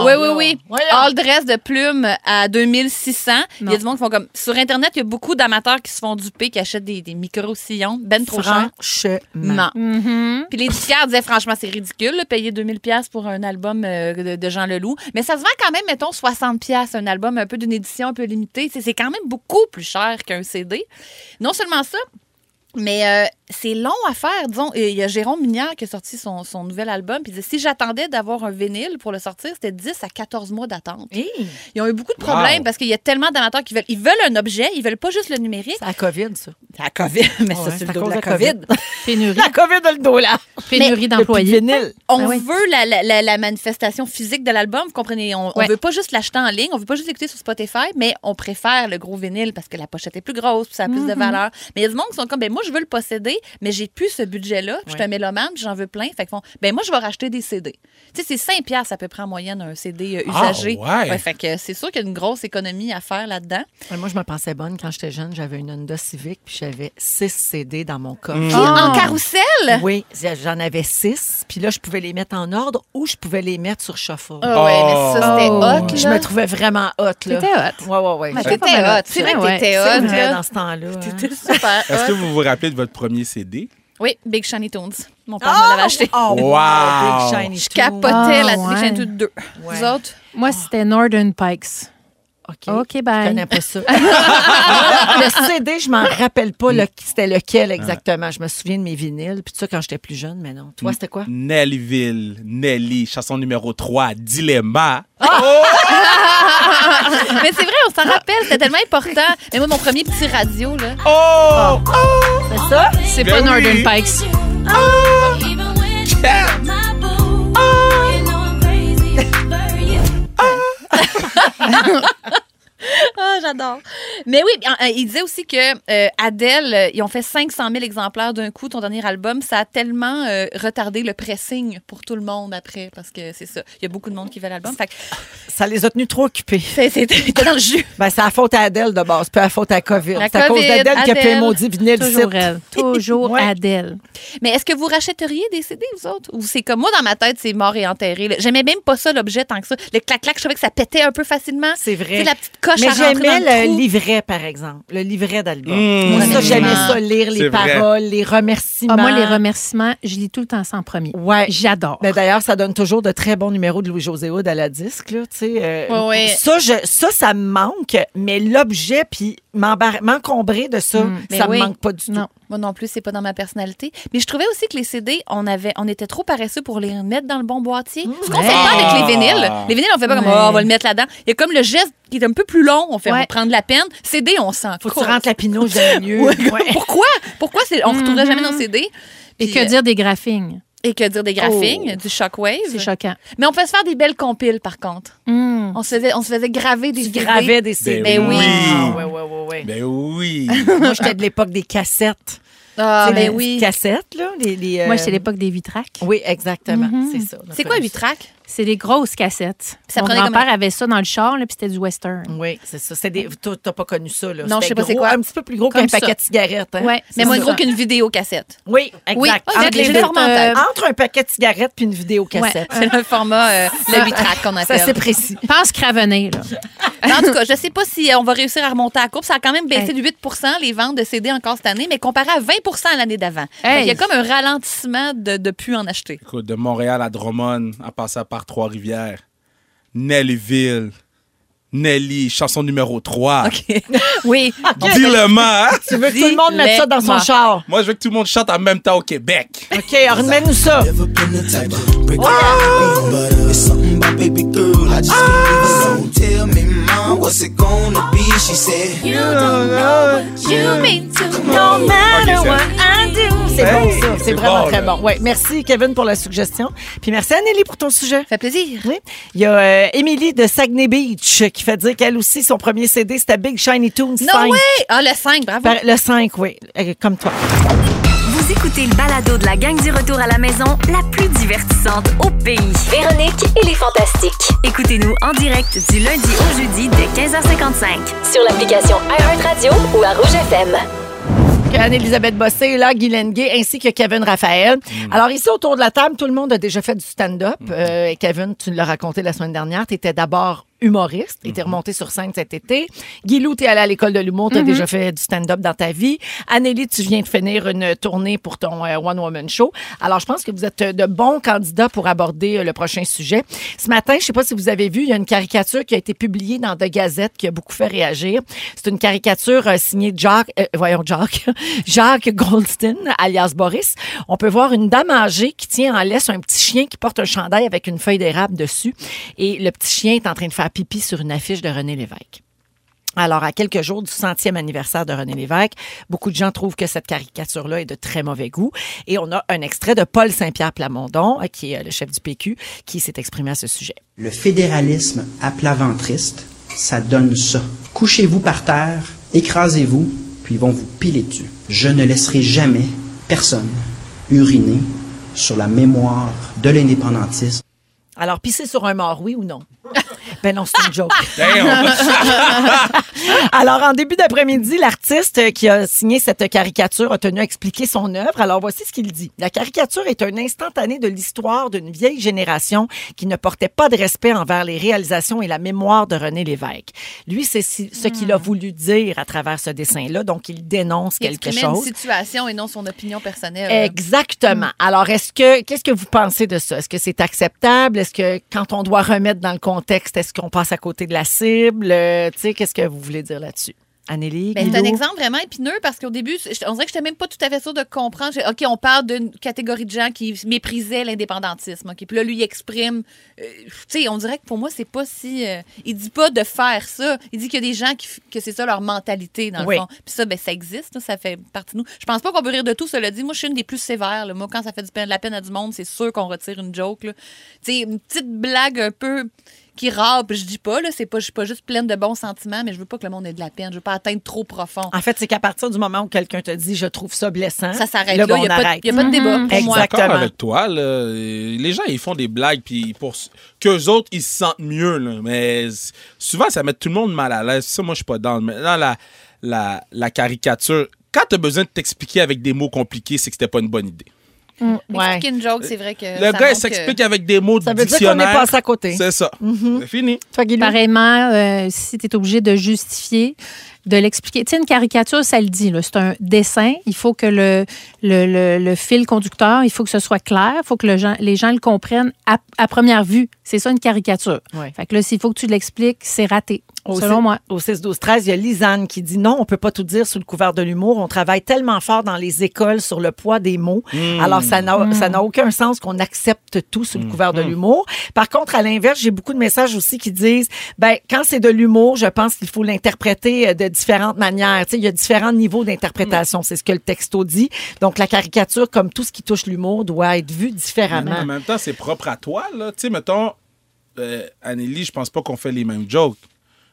Speaker 3: Oui, oui, oui.
Speaker 1: Voyons.
Speaker 3: All dress de plumes à 2600. Il y
Speaker 4: Non.
Speaker 3: a du monde qui font comme. Sur Internet, il y a beaucoup d'amateurs qui se font duper, qui achètent des, des micro-sillons, ben trop chers.
Speaker 1: Franchement.
Speaker 3: Non.
Speaker 9: Mm-hmm.
Speaker 3: Puis les disquaires disaient, franchement, c'est ridicule, là, payer 2000 pièces pour un album euh, de, de Jean Leloup. Mais ça se vend quand même, mettons, 60 pièces un album un peu d'une édition un peu limitée. C'est- C'est quand même beaucoup plus cher qu'un CD. Non seulement ça, mais euh, c'est long à faire, disons. Et Il y a Jérôme Mignard qui a sorti son, son nouvel album. Puis il disait, si j'attendais d'avoir un vinyle pour le sortir, c'était 10 à 14 mois d'attente.
Speaker 1: Hey,
Speaker 3: Ils ont eu beaucoup de problèmes
Speaker 2: Wow.
Speaker 3: parce qu'il y a tellement d'amateurs qui veulent. Ils veulent un objet, ils veulent pas juste le numérique.
Speaker 1: c'est la COVID, ça.
Speaker 9: La COVID, mais
Speaker 1: Ouais,
Speaker 9: ça, c'est
Speaker 1: c'est
Speaker 9: le
Speaker 1: à
Speaker 9: dos
Speaker 1: cause
Speaker 9: de la
Speaker 1: de la COVID.
Speaker 9: COVID.
Speaker 4: Pénurie,
Speaker 1: La COVID a le dos, là.
Speaker 4: pénurie d'employés.
Speaker 3: On
Speaker 4: Ah oui.
Speaker 3: veut la, la- la- la manifestation physique de l'album, vous comprenez? On, on
Speaker 4: Ouais.
Speaker 3: veut pas juste l'acheter en ligne, on veut pas juste l'écouter sur Spotify, mais on préfère le gros vinyle parce que la pochette est plus grosse, puis ça a plus de valeur. Mais il y a du monde qui sont comme, ben moi, je veux le posséder, mais j'ai plus ce budget-là, puis je suis un mélomane, puis j'en veux plein. Fait que font, ben moi, je vais racheter des CD. Tu sais, c'est 5 piastres à peu près en moyenne un CD euh,
Speaker 2: Ah,
Speaker 3: usagé.
Speaker 2: ouais.
Speaker 3: fait que c'est sûr qu'il y a une grosse économie à faire là-dedans.
Speaker 1: Moi, je me pensais bonne quand j'étais jeune. J'avais une Honda Civic puis j'avais six CD dans mon coffre.
Speaker 3: En carrousel?
Speaker 1: Oui, j'en avais six. Puis là, je pouvais les mettre en ordre ou je pouvais les mettre sur shuffle.
Speaker 3: Ah ouais, mais ça, c'était
Speaker 4: Oh.
Speaker 3: hot,
Speaker 1: Je
Speaker 3: là.
Speaker 1: me trouvais vraiment hot, là.
Speaker 4: T'étais hot.
Speaker 1: Ouais, ouais, ouais.
Speaker 3: Mais
Speaker 1: J'étais
Speaker 3: T'étais hot. C'est vrai que
Speaker 4: Ouais.
Speaker 3: t'étais
Speaker 1: C'est
Speaker 3: hot,
Speaker 1: vrai,
Speaker 3: là.
Speaker 1: dans ce temps-là. hein.
Speaker 3: T'étais super
Speaker 2: Est-ce
Speaker 3: hot.
Speaker 2: que vous vous rappelez de votre premier CD?
Speaker 3: Oui, Big Shiny Toons. Mon père me l'avait acheté.
Speaker 1: Oh,
Speaker 2: Wow.
Speaker 1: wow, Big Shiny
Speaker 3: Je
Speaker 1: Toon.
Speaker 3: capotais la
Speaker 4: Ah,
Speaker 3: Big
Speaker 4: ouais.
Speaker 3: Shiny Toons 2.
Speaker 1: Ouais.
Speaker 3: Vous autres?
Speaker 4: Moi, c'était Northern Pikes.
Speaker 1: OK.
Speaker 4: OK,
Speaker 1: Je connais
Speaker 4: bye.
Speaker 1: pas ça. le CD, je m'en rappelle pas le- c'était lequel exactement. Je me souviens de mes vinyles, puis tout ça quand j'étais plus jeune, mais non. Toi, c'était quoi?
Speaker 2: Nellyville, Nelly, chanson numéro 3, Dilemma.
Speaker 3: Mais c'est vrai, on s'en rappelle, c'était tellement important. Mais moi, mon premier petit radio, là,
Speaker 2: Oh!
Speaker 1: C'est ça?
Speaker 4: C'est
Speaker 2: Ben
Speaker 4: pas
Speaker 2: oui. Ah!
Speaker 4: Northern Pikes.
Speaker 3: Ah, j'adore. Mais oui, en- euh, il disait aussi que euh, Adèle, euh, ils ont fait 500 000 exemplaires d'un coup, ton dernier album. Ça a tellement euh, retardé le pressing pour tout le monde après, parce que c'est ça. Il y a beaucoup de monde qui veut l'album. Fait que
Speaker 1: Ça les a tenus trop occupés.
Speaker 3: c'est- c'est- t'es dans le jus.
Speaker 1: Ben, c'est à faute à Adèle de base, puis à faute à COVID.
Speaker 3: La
Speaker 1: C'est à cause
Speaker 3: COVID,
Speaker 1: d'Adèle qui a fait
Speaker 3: Adèle.
Speaker 1: maudit vinyle ici.
Speaker 4: Toujours elle. Toujours
Speaker 1: Ouais.
Speaker 4: Adèle. Ah,
Speaker 3: Mais est-ce que vous rachèteriez des CD, vous autres? Ou c'est comme moi, dans ma tête, c'est mort et enterré. là. J'aimais même pas ça, l'objet, tant que ça. Le clac-clac, je savais que ça pétait un peu facilement.
Speaker 1: C'est
Speaker 3: Tu sais,
Speaker 1: vrai.
Speaker 3: la petite coche
Speaker 1: Mais
Speaker 3: à rentrer dans
Speaker 1: j'aimais
Speaker 3: le
Speaker 1: le,
Speaker 3: trou.
Speaker 1: livret, par exemple. Le livret d'album.
Speaker 2: Mmh.
Speaker 1: Moi, ça,
Speaker 3: Honnêtement.
Speaker 1: j'aimais ça, lire les
Speaker 2: C'est vrai.
Speaker 1: paroles, les remerciements.
Speaker 4: Ah, moi, les remerciements, je lis tout le temps ça en premier.
Speaker 1: Ouais.
Speaker 4: J'adore.
Speaker 1: Mais d'ailleurs, ça donne toujours de très bons numéros de Louis-José Hood à la disque. Là, tu sais, euh,
Speaker 3: Ouais, ouais.
Speaker 1: Ça, je, ça, ça me manque, mais l'objet, puis m'embar- m'encombrer de ça,
Speaker 3: Mais
Speaker 1: ça
Speaker 3: Mmh. Ben oui.
Speaker 1: me manque pas du tout.
Speaker 4: Non.
Speaker 3: Moi non plus, c'est pas dans ma personnalité. Mais je trouvais aussi que les CD, on avait, on était trop paresseux pour les mettre dans le bon boîtier.
Speaker 1: Mmh.
Speaker 3: Ce qu'on fait pas
Speaker 4: Ah.
Speaker 3: avec les vinyles. Les vinyles, on fait pas comme,
Speaker 4: Ouais.
Speaker 3: oh, on va le mettre là-dedans. Il y a comme le geste qui est un peu plus long. On fait, on
Speaker 4: Ouais.
Speaker 3: va prendre la peine. CD, on s'en
Speaker 1: Faut que
Speaker 3: court.
Speaker 1: tu rentres la pinot, j'aime mieux. Ouais.
Speaker 3: Pourquoi? Pourquoi c'est, on retournerait jamais dans CD?
Speaker 4: Mmh. Et
Speaker 3: Puis,
Speaker 4: que
Speaker 3: euh,
Speaker 4: dire des graphings?
Speaker 3: et que dire des graphings, du shockwave.
Speaker 4: C'est choquant.
Speaker 3: Mais on peut se faire des belles compiles, par contre.
Speaker 4: Mm.
Speaker 3: On se faisait, on se faisait graver des CD.
Speaker 1: Gravais des CD.
Speaker 3: Ben oui.
Speaker 1: Ouais, ouais, ouais, ouais.
Speaker 2: Ben oui.
Speaker 1: Moi, j'étais de l'époque des cassettes.
Speaker 3: Ah,
Speaker 1: C'est
Speaker 3: ben
Speaker 1: les
Speaker 3: oui.
Speaker 1: cassettes, là. Les, les, euh,
Speaker 4: Moi, c'était l'époque des vitraques.
Speaker 1: Oui, exactement. C'est ça.
Speaker 3: Mhm. C'est quoi 8 tracks?
Speaker 4: C'est des grosses cassettes.
Speaker 3: Ça
Speaker 4: Mon
Speaker 3: prenait
Speaker 4: grand-père avait ça dans le char, là, puis c'était du western.
Speaker 1: Oui, c'est ça. C'est des... Toi, T'as pas connu ça, là.
Speaker 3: Non, je sais
Speaker 1: C'était
Speaker 3: pas c'est
Speaker 1: gros,
Speaker 3: quoi.
Speaker 1: Un petit peu plus gros
Speaker 3: Comme
Speaker 1: qu'un
Speaker 3: ça.
Speaker 1: paquet de cigarettes. Hein?
Speaker 4: Ouais.
Speaker 3: Mais
Speaker 4: c'est
Speaker 3: moins
Speaker 4: ça.
Speaker 3: gros qu'une vidéo cassette.
Speaker 1: Oui, exact.
Speaker 3: Oui,
Speaker 1: Entre
Speaker 3: ah, j'ai
Speaker 1: les
Speaker 3: le
Speaker 1: deux-
Speaker 3: format en tête.
Speaker 1: entre un paquet de cigarettes puis une vidéo cassette.
Speaker 3: C'est le format, euh, le 8 tracks qu'on
Speaker 1: Ça,
Speaker 3: appelle.
Speaker 1: c'est précis.
Speaker 4: Pense cravenée, là.
Speaker 3: en tout cas, je sais pas si euh, on va réussir à remonter à la courbe. Ça a quand même baissé
Speaker 4: Hey.
Speaker 3: de 8 les ventes de CD encore cette année, mais comparé à 20 à l'année d'avant.
Speaker 4: Hey.
Speaker 3: Il y a comme un ralentissement de, de plus en acheter.
Speaker 2: Écoute, de Montréal à Drummond, en passant par Trois-Rivières, Nellyville, Nelly, chanson numéro 3.
Speaker 3: Oui.
Speaker 2: Dis-le-moi, hein?
Speaker 1: ben, Tu veux que tout le monde mette ça dans son char.
Speaker 2: Moi, je veux que tout le monde chante en même temps au Québec.
Speaker 1: OK, remets-nous ça.
Speaker 10: Never been the type to break up, but uh, it's something about baby girl. I just can't leave it alone. Tell me, mom, what's it gonna be? She said,
Speaker 1: Ah No matter
Speaker 2: Ok, c'est-
Speaker 1: what I do. C'est
Speaker 2: Hey,
Speaker 1: bon, ça. C'est
Speaker 2: c'est
Speaker 1: vraiment
Speaker 2: bon,
Speaker 1: très
Speaker 2: là.
Speaker 1: bon. Ouais. Merci, Kevin, pour la suggestion. Puis merci, Anneli, pour ton sujet.
Speaker 3: Ça fait plaisir.
Speaker 1: Oui. Il y a euh, Émilie de Saguenay Beach qui fait dire qu'elle aussi, son premier CD, c'était Big Shiny Tunes
Speaker 3: Non,
Speaker 1: 5.
Speaker 3: oui! Ah, le 5, bravo.
Speaker 1: Par- Le 5, oui. Euh, Comme toi.
Speaker 6: Vous écoutez le balado de la gang du retour à la maison, la plus divertissante au pays.
Speaker 7: Véronique et les Fantastiques.
Speaker 6: Écoutez-nous en direct du lundi au jeudi dès 15h55.
Speaker 7: Sur l'application iHeartRadio ou à Rouge FM.
Speaker 1: Anne-Elisabeth Bossé, là, Guy Lenguet, ainsi que Kevin Raphaël. Alors, ici, autour de la table, tout le monde a déjà fait du stand-up. Euh, et Kevin, tu l'as raconté la semaine dernière, tu étais d'abord humoriste, tu étais remonté sur scène cet été. Guilou, tu es allé à l'école de l'humour, tu as déjà fait du stand-up dans ta vie. Anneli, tu viens de finir une tournée pour ton euh, One Woman Show. Alors, je pense que vous êtes de bons candidats pour aborder euh, le prochain sujet. Ce matin, je sais pas si vous avez vu, il y a une caricature qui a été publiée dans The Gazette qui a beaucoup fait réagir. C'est une caricature euh, signée Jacques, euh, voyons Jacques, Jacques Goldstein, alias Boris. On peut voir une dame âgée qui tient en laisse un petit chien qui porte un chandail avec une feuille d'érable dessus. Et le petit chien est en train de faire pipi sur une affiche de René Lévesque. Alors, à quelques jours du centième anniversaire de René Lévesque, beaucoup de gens trouvent que cette caricature-là est de très mauvais goût. Et on a un extrait de Paul Saint-Pierre Plamondon, euh, qui est euh, le chef du PQ, qui s'est exprimé à ce sujet.
Speaker 11: Le fédéralisme à plat ventriste, ça donne ça. Couchez-vous par terre, écrasez-vous, puis ils vont vous piler dessus. Je ne laisserai jamais personne uriner sur la mémoire de l'indépendantisme.
Speaker 1: Alors, pisser sur un mort, oui ou non? Ben non, c'est une joke.
Speaker 2: Damn.
Speaker 1: Alors, en début d'après-midi, l'artiste euh, qui a signé cette caricature a tenu à expliquer son œuvre. Alors, voici ce qu'il dit. La caricature est un instantané de l'histoire d'une vieille génération qui ne portait pas de respect envers les réalisations et la mémoire de René Lévesque. Lui, c'est si- ce qu'il a voulu dire à travers ce dessin-là. Donc, il dénonce
Speaker 3: Hmm. Il
Speaker 1: quelque
Speaker 3: exprimait
Speaker 1: chose. Eh,
Speaker 3: une situation Hmm. et non son opinion personnelle.
Speaker 1: Exactement. Alors, est-ce que qu'est-ce que vous pensez de ça Est-ce que c'est acceptable Est-ce que quand on doit remettre dans le contexte, est-ce qu'on passe à côté de la cible Euh, Tu sais, qu'est-ce que vous voulez dire là-dessus, Anélie
Speaker 3: Ben, c'est un
Speaker 1: Guilou?
Speaker 3: exemple vraiment épineux parce qu'au début, c'est- on dirait que je n'étais même pas tout à fait sûre de comprendre. J'ai- OK, on parle d'une catégorie de gens qui méprisaient l'indépendantisme. OK, puis là, lui, il exprime. euh, tu sais, on dirait que pour moi, c'est pas si. euh, il dit pas de faire ça. Il dit qu'il y a des gens qui, f- que c'est ça leur mentalité, dans
Speaker 1: Oui.
Speaker 3: le fond. Puis ça, ben, ça existe. là, ça fait partie de nous. Je pense pas qu'on peut rire de tout. Cela dit, moi, je suis une des plus sévères. là. Moi, quand ça fait du peine- de la peine à du monde, c'est sûr qu'on retire une joke. là. Tu sais, une petite blague un peu qui rappe, je dis pas là, c'est pas je suis pas juste pleine de bons sentiments, mais je veux pas que le monde ait de la peine, je veux pas atteindre trop profond.
Speaker 1: En fait, c'est qu'à partir du moment où quelqu'un te dit je trouve ça blessant,
Speaker 3: Ça s'arrête
Speaker 1: là,
Speaker 3: là,
Speaker 1: bon,
Speaker 3: il
Speaker 1: on
Speaker 3: n'y a, pas de-
Speaker 1: arrête. Mhm.
Speaker 3: y a pas de débat pour moi.
Speaker 2: D'accord
Speaker 1: Exactement.
Speaker 2: avec toi, là. Euh, les gens, ils font des blagues, puis pour qu'eux autres, ils se sentent mieux, là. Mais s- souvent, ça met tout le monde mal à l'aise. Ça, moi, je suis pas dans. Mais dans la, la, la caricature, quand t'as besoin de t'expliquer avec des mots compliqués, c'est que c'était pas une bonne idée.
Speaker 1: Ouais.
Speaker 3: Expliquer une joke, c'est vrai
Speaker 1: Euh,
Speaker 3: que ça
Speaker 2: Le gars, il
Speaker 3: montre
Speaker 2: s'explique
Speaker 3: que-
Speaker 2: avec des mots de
Speaker 1: Ça veut dire qu'on est
Speaker 2: dictionnaire.
Speaker 1: passé à côté. Mm-hmm.
Speaker 2: C'est ça. C'est fini.
Speaker 1: Toi, Guilou?
Speaker 4: Pareillement, euh, si tu es obligé de justifier, de l'expliquer. Tu sais, une caricature, ça le dit. là. C'est un dessin. Il faut que le, le, le- le fil conducteur, il faut que ce soit clair. Il faut que le gens- les gens le comprennent à, à première vue. C'est ça, une caricature.
Speaker 1: Ouais. Oh,
Speaker 4: Fait que là, s'il faut que tu l'expliques, c'est raté,
Speaker 1: Au
Speaker 4: selon
Speaker 1: six-
Speaker 4: moi.
Speaker 1: Au 6, 12, 13, il y a Lisanne qui dit non, on peut pas tout dire sous le couvert de l'humour. On travaille tellement fort dans les écoles sur le poids des mots. Alors, ça n'a ça n'a aucun sens qu'on accepte tout sous le couvert de l'humour. Par contre, à l'inverse, j'ai beaucoup de messages aussi qui disent, ben, quand c'est de l'humour, je pense qu'il faut l'interpréter euh, de différentes manières. Tu sais, il y a différents niveaux d'interprétation. C'est ce que le texto dit. Donc, la caricature, comme tout ce qui touche l'humour, doit être vue
Speaker 2: Mais non,
Speaker 1: différemment.
Speaker 2: en même temps, c'est propre à toi, là. Tu sais, mettons, euh, Anneli, je pense pas qu'on fait les mêmes jokes.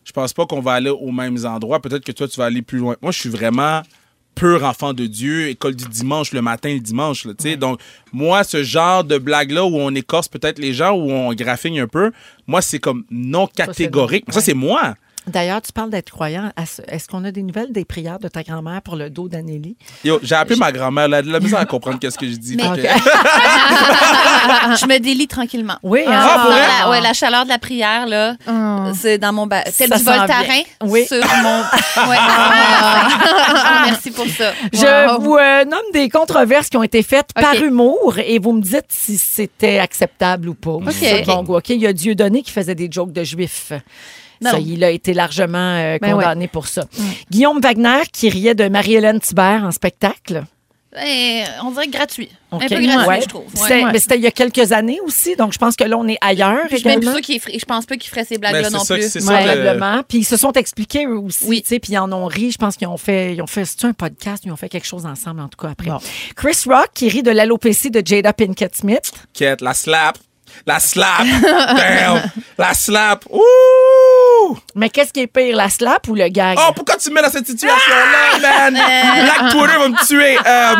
Speaker 2: Je pense pas qu'on va aller aux mêmes endroits. Peut-être que toi, tu vas aller plus loin. Moi, je suis vraiment pur enfant de Dieu, école du dimanche le matin, le dimanche. Là, tu sais. Donc, moi, ce genre de blague-là où on écorce peut-être les gens, où on graffigne un peu, moi, c'est comme non catégorique. Ça, c'est moi.
Speaker 1: D'ailleurs, tu parles d'être croyant. Est-ce est-ce qu'on a des nouvelles des prières de ta grand-mère pour le dos d'Anélie?
Speaker 2: Yo, j'ai appelé ma grand-mère, elle a de la misère à comprendre qu'est-ce que je dis.
Speaker 3: Mais-
Speaker 2: Fait que-
Speaker 1: Ah,
Speaker 3: je me délie tranquillement.
Speaker 1: Oui, hein?
Speaker 2: Ah, pour vrai?
Speaker 3: La, ouais, la chaleur de la prière, là, c'est dans mon bas. Tel
Speaker 1: Ah. Ça
Speaker 3: du
Speaker 1: s'en
Speaker 3: Voltaren
Speaker 1: vient. Oui.
Speaker 3: sur mon. Ouais, Ah, Merci pour ça.
Speaker 1: Je
Speaker 3: Wow.
Speaker 1: vous euh, nomme des controverses qui ont été faites
Speaker 3: OK.
Speaker 1: par humour et vous me dites si c'était acceptable ou pas. C'est ça, bon goût, OK, il y a Dieu donné qui faisait des jokes de juifs.
Speaker 3: Non.
Speaker 1: Ça, il a été largement euh,
Speaker 4: Ben
Speaker 1: condamné pour ça. Guillaume Wagner qui riait de Marie-Hélène Thibert en spectacle.
Speaker 3: Eh, on dirait gratuit.
Speaker 1: OK.
Speaker 3: Un peu gratuit,
Speaker 1: Ouais.
Speaker 3: je trouve. Ouais.
Speaker 1: C'était- Mais c'était il y a quelques années aussi, donc je pense que là, on est ailleurs
Speaker 3: Je suis même
Speaker 1: également.
Speaker 3: plus sûre qu'il ferait- je pense pas qu'il ferait ces
Speaker 2: Mais
Speaker 3: blagues-là
Speaker 2: c'est
Speaker 3: non
Speaker 2: ça, que-
Speaker 3: plus.
Speaker 2: c'est ça. le-
Speaker 1: Probablement. Puis ils se sont expliqués eux aussi,
Speaker 3: Oui.
Speaker 1: tu sais, puis ils en ont ri. Je pense qu'ils ont fait, ils ont fait, c'est un podcast, ils ont fait quelque chose ensemble en tout cas après. Chris Rock qui rit de l'alopécie de Jada Pinkett Smith.
Speaker 2: Quête, la slap. La slap. Damn. La slap. Ouh.
Speaker 1: Mais qu'est-ce qui est pire, la slap ou le gag?
Speaker 2: Oh, pourquoi tu me mets dans cette situation-là, man?
Speaker 1: Ah!
Speaker 2: Black Twitter va me tuer. Euh,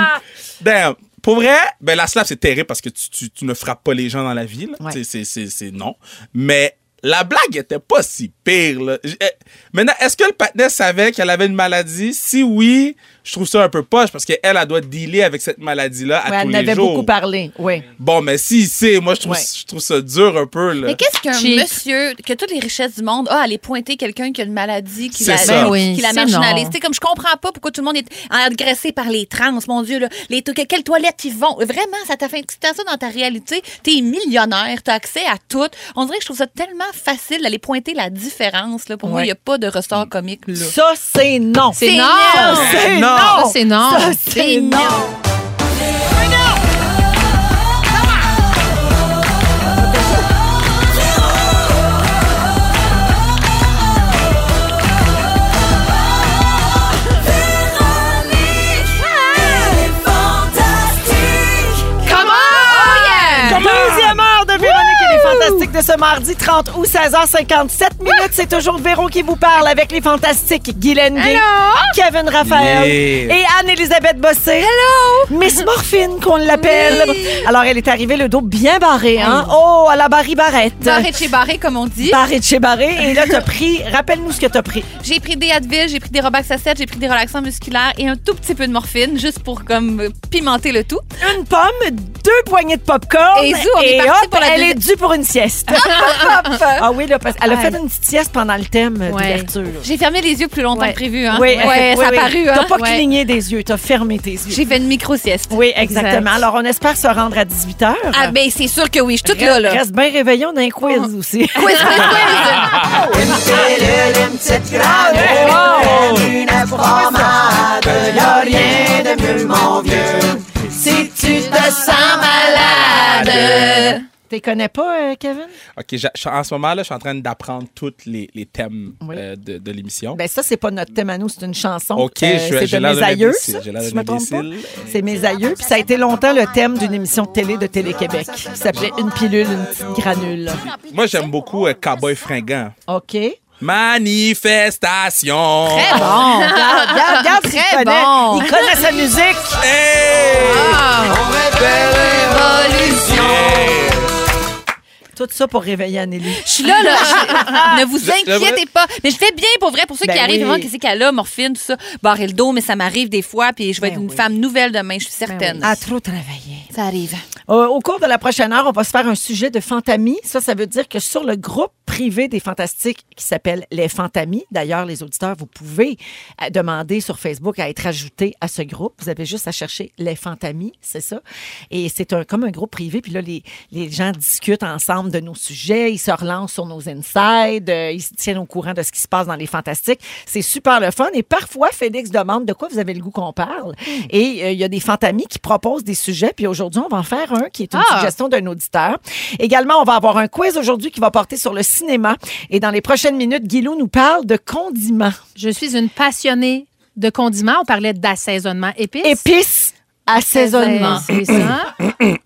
Speaker 2: damn. Pour vrai, ben, la slap, c'est terrible parce que tu, tu- tu ne frappes pas les gens dans la ville.
Speaker 1: Ouais.
Speaker 2: C'est- C'est c'est- c'est non. Mais la blague était pas si pire. là. J- euh, Maintenant, est-ce que le patinet savait qu'elle avait une maladie? Si oui, je trouve ça un peu poche parce qu'elle, elle doit dealer avec cette maladie-là à
Speaker 1: Ouais, elle
Speaker 2: tous
Speaker 1: en
Speaker 2: les
Speaker 1: avait
Speaker 2: jours.
Speaker 1: beaucoup parlé. Oui.
Speaker 2: Bon, mais si, c'est, moi, je trouve,
Speaker 1: Ouais.
Speaker 2: je trouve ça dur un peu. Là.
Speaker 3: Mais qu'est-ce qu'un
Speaker 4: Cheap.
Speaker 3: monsieur, que toutes les richesses du monde, ah, aller pointer quelqu'un qui a une maladie, qui
Speaker 2: C'est
Speaker 3: la,
Speaker 2: ça. Ben
Speaker 4: oui,
Speaker 3: qui la
Speaker 4: c'est
Speaker 3: marginalise.
Speaker 4: non.
Speaker 3: Tu sais, comme je comprends pas pourquoi tout le monde est agressé par les trans, mon Dieu, là. Les, to- que- quelles toilettes ils vont. Vraiment, ça t'a fait une petite attention dans ta réalité. T'es millionnaire, t'as accès à tout. On dirait que je trouve ça tellement facile d'aller pointer la différence, là. Pour moi,
Speaker 1: Ouais.
Speaker 3: il n'y a pas de ressort comique, là.
Speaker 1: Ça, c'est non.
Speaker 4: C'est non!
Speaker 1: Ça, c'est non.
Speaker 4: Ça, c'est non.
Speaker 1: Ça, c'est non. Deuxième heure de Véronique et les Fantastiques de ce mardi 30 août, 16h57 minutes. C'est toujours Véro qui vous parle avec les Fantastiques Guylaine Gay, Kevin Raphaël
Speaker 2: Yeah.
Speaker 1: et Anne-Elisabeth Bossé. Hello! Miss Morphine, qu'on l'appelle. Alors, elle est arrivée le dos bien barré, hein? Oh, à la Barry Barrette.
Speaker 3: Barré de chez barré, comme on dit.
Speaker 1: Barré de chez barré. Et là, t'as pris, rappelle-nous ce que t'as pris.
Speaker 3: J'ai pris des Advil, j'ai pris des Robax à 7, j'ai pris des relaxants musculaires et un tout petit peu de morphine, juste pour comme euh, pimenter le tout.
Speaker 1: Une pomme, deux poignées de popcorn.
Speaker 3: Et zou, on est parti
Speaker 1: hop,
Speaker 3: pour la
Speaker 1: elle est
Speaker 3: deuxième-
Speaker 1: due pour une sieste. ah oui, là, parce elle a fait une petite sieste pendant le thème
Speaker 4: Ouais.
Speaker 1: d'ouverture.
Speaker 3: J'ai fermé les yeux plus longtemps
Speaker 4: Ouais.
Speaker 3: que prévu. Hein?
Speaker 1: Oui,
Speaker 3: ouais,
Speaker 1: oui,
Speaker 3: ça a
Speaker 1: oui.
Speaker 3: paru. Hein?
Speaker 1: T'as pas
Speaker 3: Ouais.
Speaker 1: cligné des yeux, t'as fermé tes yeux.
Speaker 3: J'ai fait une micro-sieste.
Speaker 1: Oui, exactement.
Speaker 4: Exact.
Speaker 1: Alors, on espère se rendre à 18 h.
Speaker 3: Ah ben, c'est sûr que oui, je suis toute là, Oh. là.
Speaker 1: Reste bien réveillé, on a un quiz aussi.
Speaker 3: Quiz, quiz, quiz. Oh.
Speaker 1: Tu connais pas, euh, Kevin?
Speaker 2: OK, j'a- je- en ce moment, là, je suis en train d'apprendre tous les, les thèmes
Speaker 1: Oui.
Speaker 2: euh, de, de l'émission.
Speaker 1: Ben ça, c'est pas notre thème à nous, c'est une chanson.
Speaker 2: OK,
Speaker 1: Euh,
Speaker 2: je suis-
Speaker 1: c'est
Speaker 2: j'ai
Speaker 1: de
Speaker 2: l'air
Speaker 1: mes
Speaker 2: d'un
Speaker 1: aïeux,
Speaker 2: imbécile,
Speaker 1: ça,
Speaker 2: j'ai l'air
Speaker 1: si je
Speaker 2: d'un
Speaker 1: me trompe pas.
Speaker 2: imbécile.
Speaker 1: C'est mes aïeux, puis ça a été longtemps le thème d'une émission de télé de Télé-Québec qui s'appelait Une pilule, une petite granule.
Speaker 2: Moi, j'aime beaucoup euh, Cowboy Fringant.
Speaker 1: OK.
Speaker 2: Manifestation.
Speaker 1: Bon, regarde, regarde, regarde, il
Speaker 3: Très
Speaker 1: connaît.
Speaker 3: bon.
Speaker 1: Il connaît sa musique.
Speaker 2: Hey!
Speaker 1: Ah. Tout ça pour réveiller Anneli.
Speaker 3: Je suis là, là. Je- ne vous inquiétez pas. Mais je fais bien, pour vrai, pour ceux
Speaker 1: Ben
Speaker 3: qui arrivent,
Speaker 1: oui.
Speaker 3: ils vont, qu'est-ce qu'elle a, morphine, tout ça. Barrer le dos, mais ça m'arrive des fois, puis je vais
Speaker 1: Ben
Speaker 3: être une
Speaker 1: oui. Ben
Speaker 3: femme nouvelle demain, je suis certaine.
Speaker 1: À trop travailler.
Speaker 3: Ça arrive.
Speaker 1: Euh, au cours de la prochaine heure, on va se faire un sujet de fantamie. Ça, ça veut dire que sur le groupe privé des fantastiques qui s'appelle Les Fantamies, d'ailleurs, les auditeurs, vous pouvez euh, demander sur Facebook à être ajouté à ce groupe. Vous avez juste à chercher Les Fantamies, c'est ça. Et c'est un, comme un groupe privé. Puis là, les, les gens discutent ensemble de nos sujets. Ils se relancent sur nos insides. euh, ils se tiennent au courant de ce qui se passe dans les fantastiques. C'est super le fun. Et parfois, Félix demande de quoi vous avez le goût qu'on parle. Et euh, il y a des fantamies qui proposent des sujets. Puis aujourd'hui, on va en faire un qui est une
Speaker 3: Ah!
Speaker 1: suggestion d'un auditeur. Également, on va avoir un quiz aujourd'hui qui va porter sur le cinéma. Et dans les prochaines minutes, Guilou nous parle de condiments.
Speaker 4: Je suis une passionnée de condiments. On parlait d'assaisonnement épices.
Speaker 1: Épices, assaisonnement.
Speaker 4: C'est ça.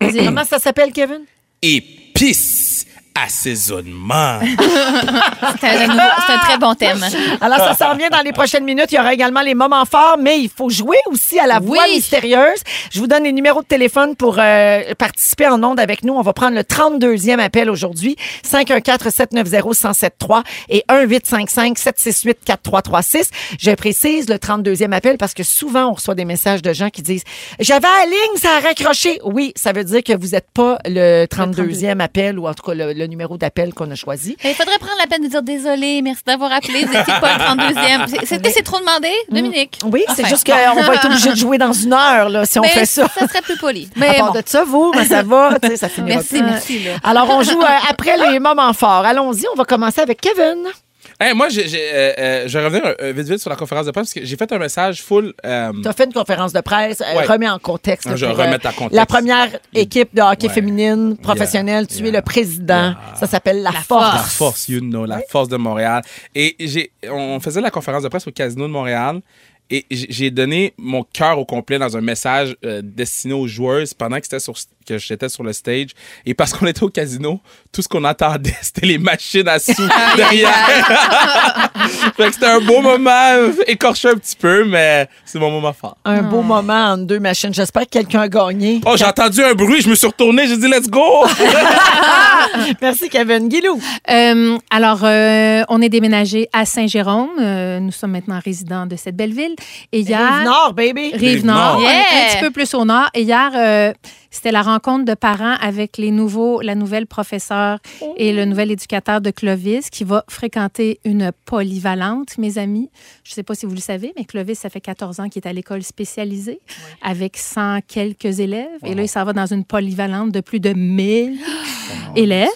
Speaker 4: Vas-y.
Speaker 1: Comment ça s'appelle, Kevin?
Speaker 2: Épices, assaisonnement.
Speaker 3: C'est un, c'est un très bon thème.
Speaker 1: Alors, ça s'en vient dans les prochaines minutes. Il y aura également les moments forts, mais il faut jouer aussi à la voix
Speaker 3: Oui.
Speaker 1: mystérieuse. Je vous donne les numéros de téléphone pour euh, participer en ondes avec nous. On va prendre le 32e appel aujourd'hui. 514-790-1073 et 1-855-768-4336. Je précise le 32e appel parce que souvent, on reçoit des messages de gens qui disent « J'avais la ligne, ça a raccroché. » Oui, ça veut dire que vous n'êtes pas le 32e appel ou en tout cas le, le numéro d'appel qu'on a choisi.
Speaker 3: Il faudrait prendre la peine de dire désolé, merci d'avoir appelé, vous n'étiez pas le 32e. C'est- Est-ce que c'est trop demandé, Dominique?
Speaker 1: Oui, c'est
Speaker 3: Enfin,
Speaker 1: juste qu'on va être obligé de jouer dans une heure là, si on
Speaker 3: mais
Speaker 1: fait ça. Ah,
Speaker 3: Ça serait plus poli.
Speaker 1: À
Speaker 3: Mais
Speaker 1: part
Speaker 3: bon.
Speaker 1: de ça, vous, ben, ça va, tu sais, ça finira
Speaker 3: Merci,
Speaker 1: plus.
Speaker 3: merci. là.
Speaker 1: Alors, on joue euh, après les moments forts. Allons-y, on va commencer avec Kevin.
Speaker 2: Hey, moi, j'ai, j'ai, euh, euh, je vais revenir euh, vite vite sur la conférence de presse parce que j'ai fait un message full. euh,
Speaker 1: Tu as fait une conférence de presse, euh,
Speaker 2: Ouais.
Speaker 1: remets en contexte.
Speaker 2: Je vais
Speaker 1: pour, euh,
Speaker 2: remettre en contexte.
Speaker 1: La première équipe de hockey
Speaker 2: Ouais.
Speaker 1: féminine professionnelle, tu
Speaker 2: Yeah.
Speaker 1: es le président. Ça s'appelle la,
Speaker 4: Ah.
Speaker 2: la
Speaker 1: force.
Speaker 2: force, you know, la force de Montréal. Et j'ai, on faisait la conférence de presse au Casino de Montréal et j'ai- j'ai donné mon cœur au complet dans un message euh, destiné aux joueuses pendant que, c'était sur, que j'étais sur le stage. Et parce qu'on était au casino, tout ce qu'on entendait, c'était les machines à sous derrière. fait que c'était un beau moment, euh, écorché un petit peu, mais c'est mon moment fort.
Speaker 1: Un beau
Speaker 3: Hmm.
Speaker 1: moment entre deux machines. J'espère que quelqu'un a gagné.
Speaker 2: Oh, j'ai entendu un bruit, je me suis retourné, j'ai dit let's go!
Speaker 1: Merci, Kevin. Guilou.
Speaker 4: Euh, alors, euh, on est déménagé à Saint-Jérôme. Euh, nous sommes maintenant résidents de cette belle ville. Et hier,
Speaker 1: Nord, baby.
Speaker 4: Rive-Nord,
Speaker 2: Rive-Nord.
Speaker 4: on est
Speaker 3: Yeah!
Speaker 4: un petit peu plus au nord. Et hier, euh, c'était la rencontre de parents avec les nouveaux, la nouvelle professeure et le nouvel éducateur de Clovis qui va fréquenter une polyvalente, mes amis. Je ne sais pas si vous le savez, mais Clovis, ça fait 14 ans qu'il est à l'école spécialisée avec 100 quelques élèves. Et là, il s'en va dans une polyvalente de plus de 1000 élèves.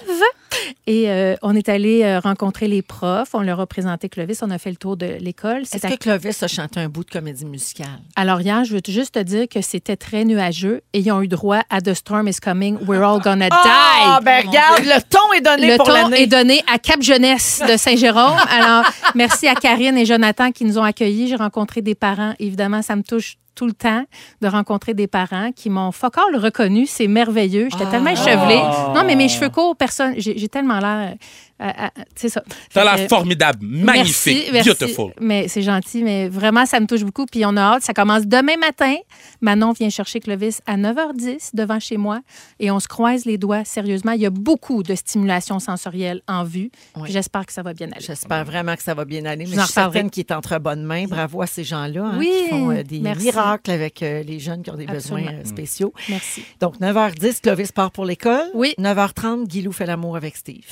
Speaker 4: Et euh, on est allé euh, rencontrer les profs, on leur a présenté Clovis, on a fait le tour de l'école. C'est
Speaker 1: Est-ce que
Speaker 4: à
Speaker 1: Clovis a chanté un bout de comédie musicale?
Speaker 4: alors hier, je veux juste te dire que c'était très nuageux et ils ont eu droit à The Storm is Coming, We're All Gonna
Speaker 1: Ah,
Speaker 4: Die.
Speaker 1: ben regarde, le ton est donné
Speaker 4: Le
Speaker 1: pour
Speaker 4: ton
Speaker 1: l'année.
Speaker 4: est donné à Cap Jeunesse de Saint-Jérôme. Alors, merci à Karine et Jonathan qui nous ont accueillis. J'ai rencontré des parents. Évidemment, ça me touche tout le temps de rencontrer des parents qui m'ont focal reconnu. C'est merveilleux. J'étais
Speaker 1: Ah.
Speaker 4: tellement échevelée.
Speaker 2: Ah.
Speaker 4: Non, mais mes cheveux courts, personne. J'ai j'ai tellement l'air. euh, euh, tu sais ça.
Speaker 2: T'as
Speaker 4: Fait
Speaker 2: l'air
Speaker 4: que-
Speaker 2: formidable, magnifique,
Speaker 4: Merci, merci.
Speaker 2: beautiful.
Speaker 4: Mais c'est gentil, mais vraiment, ça me touche beaucoup. Puis on a hâte. Ça commence demain matin. Manon vient chercher Clovis à 9h10 devant chez moi et on se croise les doigts. Sérieusement, il y a beaucoup de stimulation sensorielle en vue.
Speaker 1: Oui.
Speaker 4: Puis J'espère que ça va bien aller.
Speaker 1: J'espère vraiment que ça va bien aller. Mais
Speaker 4: vous
Speaker 1: je
Speaker 4: en
Speaker 1: suis certaine
Speaker 4: reparlerai.
Speaker 1: qu'il est entre bonnes mains. Bravo à ces gens-là hein,
Speaker 4: Oui,
Speaker 1: qui font euh, des
Speaker 4: merci.
Speaker 1: miracles avec euh, les jeunes qui ont des besoins
Speaker 4: Absolument.
Speaker 1: euh, spéciaux.
Speaker 4: Merci.
Speaker 1: Donc, 9h10, Clovis part pour l'école.
Speaker 4: Oui.
Speaker 1: 9h30, Guilou fait l'amour avec Steve.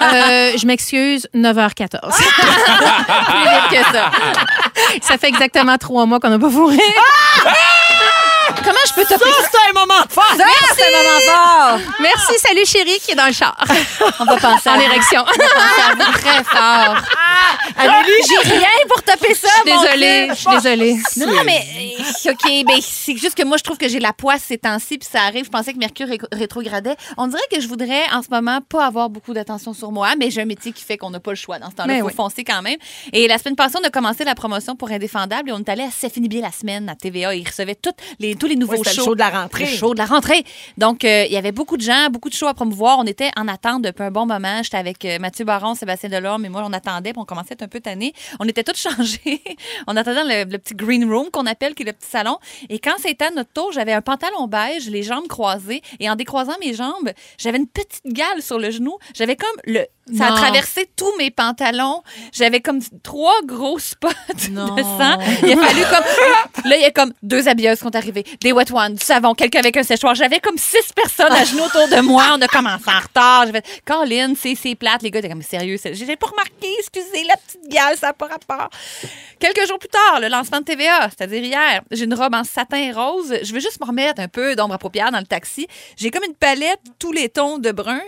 Speaker 3: Ah,
Speaker 4: Euh, je m'excuse, 9h14. Plus vite que ça. Ça fait exactement trois mois qu'on n'a pas fourré. Comment je peux te
Speaker 1: Ça, c'est un moment fort!
Speaker 4: Merci! Merci, salut chérie qui est dans le char. On va penser en érection.
Speaker 3: Très fort.
Speaker 1: Ah! Amélie, j'ai-
Speaker 3: Rien pour taper ça,
Speaker 4: Je suis désolée, je suis désolée.
Speaker 3: Non, non, mais euh, OK, ben, c'est juste que moi, je trouve que j'ai la poisse ces temps-ci, puis ça arrive. Je pensais que Mercure ré- rétrogradait. On dirait que je voudrais, en ce moment, pas avoir beaucoup d'attention sur moi, mais j'ai un métier qui fait qu'on n'a pas le choix dans ce temps-là.
Speaker 4: Mais
Speaker 3: Il faut
Speaker 4: oui.
Speaker 3: foncer quand même. Et la semaine passée, on a commencé la promotion pour Indéfendable et on est allé à Céphinibier la semaine à TVA. Ils recevaient toutes les, tous les nouveaux
Speaker 1: Oui, c'était le
Speaker 3: shows.
Speaker 1: show de la rentrée.
Speaker 3: Le show de la rentrée. Donc, euh, il y avait beaucoup de gens, beaucoup de shows à promouvoir. On était en attente depuis un bon moment. J'étais avec euh, Mathieu Baron, Sébastien Delorme et moi, on attendait, puis on commençait à être un peu tannés. On était tous changés. on attendait dans le, le petit green room qu'on appelle, qui est le petit salon. Et quand c'était à notre tour, j'avais un pantalon beige, les jambes croisées. Et en décroisant mes jambes, j'avais une petite gale sur le genou. J'avais comme le... Ça a
Speaker 4: Non.
Speaker 3: traversé tous mes pantalons. J'avais comme trois gros spots
Speaker 1: Non.
Speaker 3: de sang. Il a fallu comme. Là, il y a comme deux habilleuses qui sont arrivées, des wet ones, du savon, quelqu'un avec un séchoir. J'avais comme six personnes à genoux autour de moi. On a commencé en retard. J'avais Colin, c'est c'est plate. Les gars étaient comme sérieux. c'est- J'ai pas remarqué, excusez, la petite gale, ça n'a pas rapport. Quelques jours plus tard, le lancement de TVA, c'est-à-dire hier, j'ai une robe en satin rose. Je veux juste me remettre un peu d'ombre à paupières dans le taxi. J'ai comme une palette, tous les tons de brun.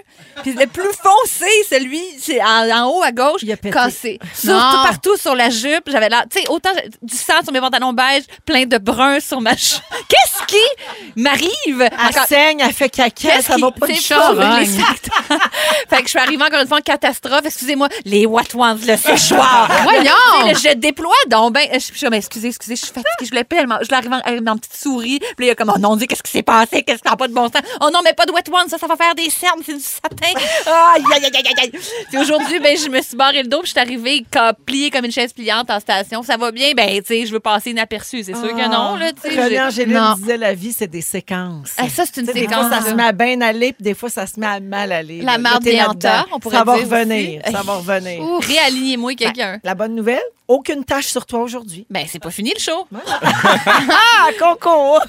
Speaker 3: Puis le plus foncé, celui c'est en, en haut à gauche,
Speaker 1: Il a pété.
Speaker 3: cassé. Surtout
Speaker 4: Non.
Speaker 3: partout sur la jupe. J'avais là, tu sais, autant j'ai- du sang sur mes pantalons beige, plein de brun sur ma che- Qu'est-ce qui m'arrive?
Speaker 1: Elle
Speaker 3: Encore-
Speaker 1: saigne, elle fait caca, ça
Speaker 3: qui-
Speaker 1: va pas de
Speaker 3: c'est hein?
Speaker 1: choses.
Speaker 3: pas- les sacs- fait que je suis arrivée encore une fois en catastrophe. Excusez-moi, les Watwans, le séchoir.
Speaker 8: Voyons!
Speaker 3: Tu sais, là, je déploie donc. Ben, je suis comme, excusez, excusez, je suis fatiguée. Je l'appelle. Je l'arrive en, en petite souris. Puis là, il y a comme, oh non, Dieu, qu'est-ce qui s'est passé? Qu'est-ce qui n'a pas de bon sens? Oh non, mais pas de wet one, ça, ça va faire des cernes, c'est du satin. Ah, Aïe, aïe, aïe, aïe, aïe, aïe. Puis aujourd'hui, ben, je me suis barré le dos. Puis je suis arrivée comme, pliée comme une chaise pliante en station. Ça va bien? Ben, tu sais, je veux passer inaperçue. C'est sûr que non, là, tu sais.
Speaker 1: René
Speaker 3: j'ai-
Speaker 1: Angélil
Speaker 4: Non.
Speaker 1: disait la vie, c'est des séquences.
Speaker 3: Ah, ça, c'est une
Speaker 1: Tu sais, des fois, ça
Speaker 3: séquence.
Speaker 1: se
Speaker 3: là.
Speaker 1: met à bien aller, puis des fois, ça se met à mal aller.
Speaker 3: La
Speaker 1: Là,
Speaker 3: marde
Speaker 1: t'es
Speaker 3: des
Speaker 1: là-dedans.
Speaker 3: hanteurs, on pourrait
Speaker 1: Ça va
Speaker 3: dire
Speaker 1: revenir,
Speaker 3: aussi.
Speaker 1: ça va revenir.
Speaker 3: Ouh, Réalignez-moi quelqu'un.
Speaker 1: La bonne nouvelle, aucune tâche sur toi aujourd'hui.
Speaker 3: Ben, c'est pas fini le show.
Speaker 1: Ah, concours!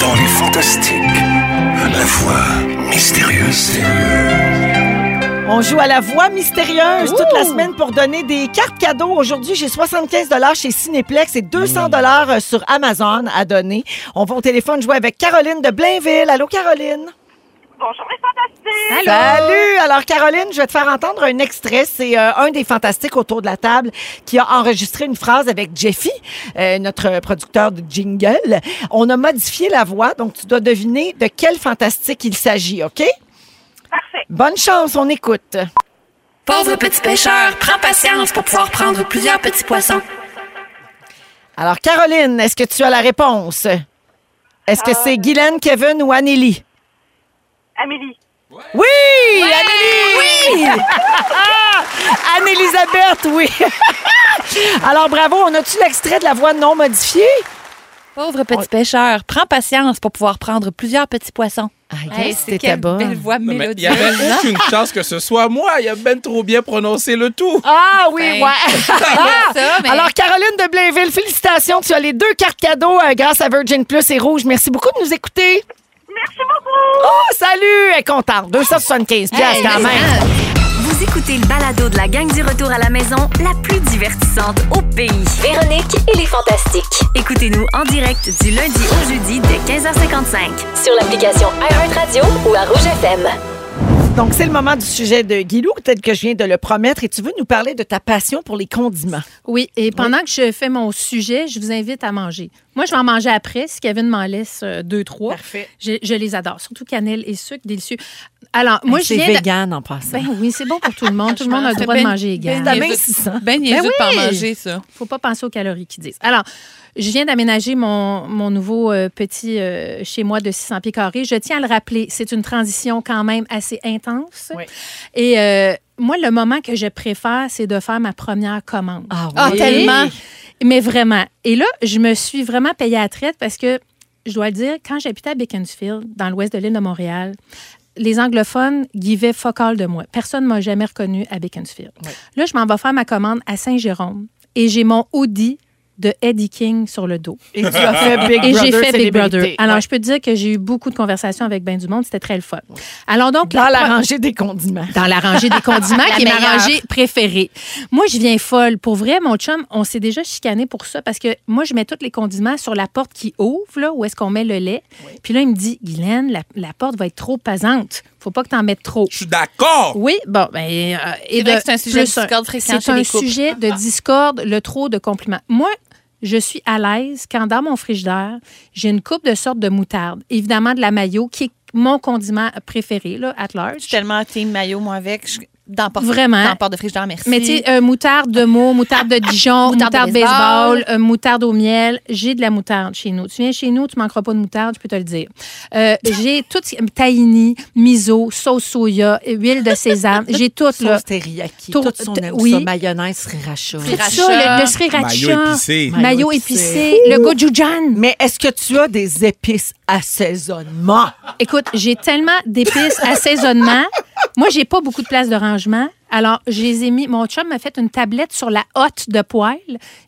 Speaker 12: Dans les fantastiques, la voix mystérieuse.
Speaker 1: On joue à la voix mystérieuse toute la semaine pour donner des cartes cadeaux. Aujourd'hui, j'ai 75 chez Cinéplex et 200 dollars euh, sur Amazon à donner. On va au téléphone jouer avec Caroline de Blainville. Allô, Caroline?
Speaker 13: Bonjour les fantastiques!
Speaker 1: Salut! Alors, Caroline, je vais te faire entendre un extrait. C'est euh, un des fantastiques autour de la table qui a enregistré une phrase avec Jeffy, euh, notre producteur de jingle. On a modifié la voix, donc tu dois deviner de quel fantastique il s'agit, OK? Parfait. Bonne chance, on écoute.
Speaker 14: Pauvre petit pêcheur, prends patience pour pouvoir prendre plusieurs petits poissons.
Speaker 1: Alors, Caroline, est-ce que tu as la réponse? Est-ce que c'est Guylaine, Kevin ou Anneli?
Speaker 13: Amélie.
Speaker 1: Oui! Anneli! Oui! Anne-Elisabeth, oui! Alors, bravo, on a-tu l'extrait de la voix non modifiée?
Speaker 3: Pauvre petit pêcheur, prends patience pour pouvoir prendre plusieurs petits poissons.
Speaker 1: yes, t'étais
Speaker 3: quelle
Speaker 1: bonne.
Speaker 3: belle voix
Speaker 2: Non, mais Il n'y
Speaker 3: mélodieuse.
Speaker 2: avait aucune chance que ce soit moi. Il a ben trop bien prononcé le tout.
Speaker 1: Ah oui,
Speaker 3: Ben,
Speaker 1: ouais. Ah!
Speaker 3: ça, mais-
Speaker 1: Alors, Caroline de Blainville, félicitations. Tu as les deux cartes cadeaux euh, grâce à Virgin Plus et Rouge. Merci beaucoup de nous écouter.
Speaker 13: Merci beaucoup!
Speaker 1: Oh, salut! Elle est contente. 275 piastres quand même.
Speaker 6: Vous écoutez le balado de la gang du retour à la maison, la plus divertissante au pays.
Speaker 7: Véronique et les Fantastiques.
Speaker 6: Écoutez-nous en direct du lundi au jeudi dès 15h55.
Speaker 7: Sur l'application iHeartRadio ou à Rouge FM.
Speaker 1: Donc, c'est le moment du sujet de Guilou, peut-être que je viens de le promettre, et tu veux nous parler de ta passion pour les condiments.
Speaker 4: Oui, et pendant que je fais mon sujet, je vous invite à manger. Moi, je vais en manger après, si Kevin m'en laisse euh, deux, trois.
Speaker 1: Parfait.
Speaker 4: Je, je les adore, surtout cannelle et sucre, délicieux. Alors, moi, je
Speaker 1: c'est
Speaker 4: viens de-
Speaker 1: vegan en passant.
Speaker 4: Ben oui, c'est bon pour tout le monde. tout le monde a le
Speaker 3: Franchement,
Speaker 4: droit de
Speaker 3: ben-
Speaker 4: manger égal.
Speaker 3: ben-
Speaker 1: mincissant.
Speaker 3: Ben, il
Speaker 4: Ben
Speaker 3: de pas en
Speaker 4: oui.
Speaker 3: manger, ça.
Speaker 4: faut pas penser aux calories qu'ils disent. Alors, je viens d'aménager mon, mon nouveau euh, petit euh, chez moi de 600 pieds carrés. Je tiens à le rappeler, c'est une transition quand même assez intense.
Speaker 1: Oui.
Speaker 4: Et euh, moi, le moment que je préfère, c'est de faire ma première commande.
Speaker 1: Ah
Speaker 3: Ah,
Speaker 1: oui.
Speaker 3: tellement.
Speaker 4: Mais vraiment. Et là, je me suis vraiment payée à la traite parce que, je dois le dire, quand j'habitais à Beaconsfield, dans l'ouest de l'île de Montréal, les anglophones guivaient focal de moi. Personne ne m'a jamais reconnu à Beaconsfield. Là, je m'en vais faire ma commande à Saint-Jérôme et j'ai mon Audi de Eddie King sur le dos.
Speaker 1: Et tu as fait Big
Speaker 4: Et
Speaker 1: Brother.
Speaker 4: j'ai fait Big
Speaker 1: célébrité.
Speaker 4: Brother. Alors,
Speaker 1: Ouais.
Speaker 4: je peux te dire que j'ai eu beaucoup de conversations avec ben du monde. C'était très le fun. Alors donc...
Speaker 1: Dans la
Speaker 4: pro-
Speaker 1: rangée des condiments.
Speaker 4: dans la rangée des condiments,
Speaker 3: La
Speaker 4: qui est ma
Speaker 3: meilleure.
Speaker 4: rangée préférée. Moi, je viens folle. Pour vrai, mon chum, on s'est déjà chicané pour ça parce que moi, je mets tous les condiments sur la porte qui ouvre, là, où est-ce qu'on met le lait. Puis là, il me dit, Guylaine, la, la porte va être trop pesante. Faut pas que t'en mettes trop.
Speaker 2: Je suis d'accord.
Speaker 4: Oui, bon, ben, euh, et
Speaker 3: C'est vrai
Speaker 4: de-
Speaker 3: que c'est un sujet de
Speaker 4: plus un-
Speaker 3: discorde fréquent
Speaker 4: C'est
Speaker 3: chez
Speaker 4: un
Speaker 3: les couples.
Speaker 4: sujet de discorde, le trop de compliments. Moi, je suis à l'aise quand dans mon frigidaire, j'ai une coupe de sorte de moutarde, évidemment de la mayo, qui est mon condiment préféré, là, at large.
Speaker 8: Je suis tellement team maillot, moi, avec. Je... Dans porte,
Speaker 4: Vraiment.
Speaker 8: Dans porte de frigidaire, merci.
Speaker 4: Mais tu sais, euh, moutarde de mots, moutarde de Dijon,
Speaker 8: Moutarde
Speaker 4: moutarde,
Speaker 8: de
Speaker 4: baseball, euh, moutarde au miel. J'ai de la moutarde chez nous. Tu viens chez nous, tu manqueras pas de moutarde, je peux te le dire. Euh, j'ai tout ce qui- tahini, miso, sauce soya, huile de sésame. J'ai tout, là.
Speaker 1: Sauce teriyaki,
Speaker 4: Tout-
Speaker 1: toute son
Speaker 4: t-
Speaker 1: aime
Speaker 4: oui.
Speaker 1: ça, mayonnaise, sriracha.
Speaker 4: Tout
Speaker 8: Sriracha.
Speaker 4: ça, le, le sriracha.
Speaker 2: Maillot épicé.
Speaker 4: Mayo
Speaker 1: Mayo épicé.
Speaker 4: épicé, le gochujang.
Speaker 1: Mais est-ce que tu as des épices assaisonnement?
Speaker 4: Écoute, j'ai tellement d'épices, assaisonnement. Moi, j'ai pas beaucoup de place de rangement. Alors, je les ai mis. Mon chum m'a fait une tablette sur la hotte de poêle.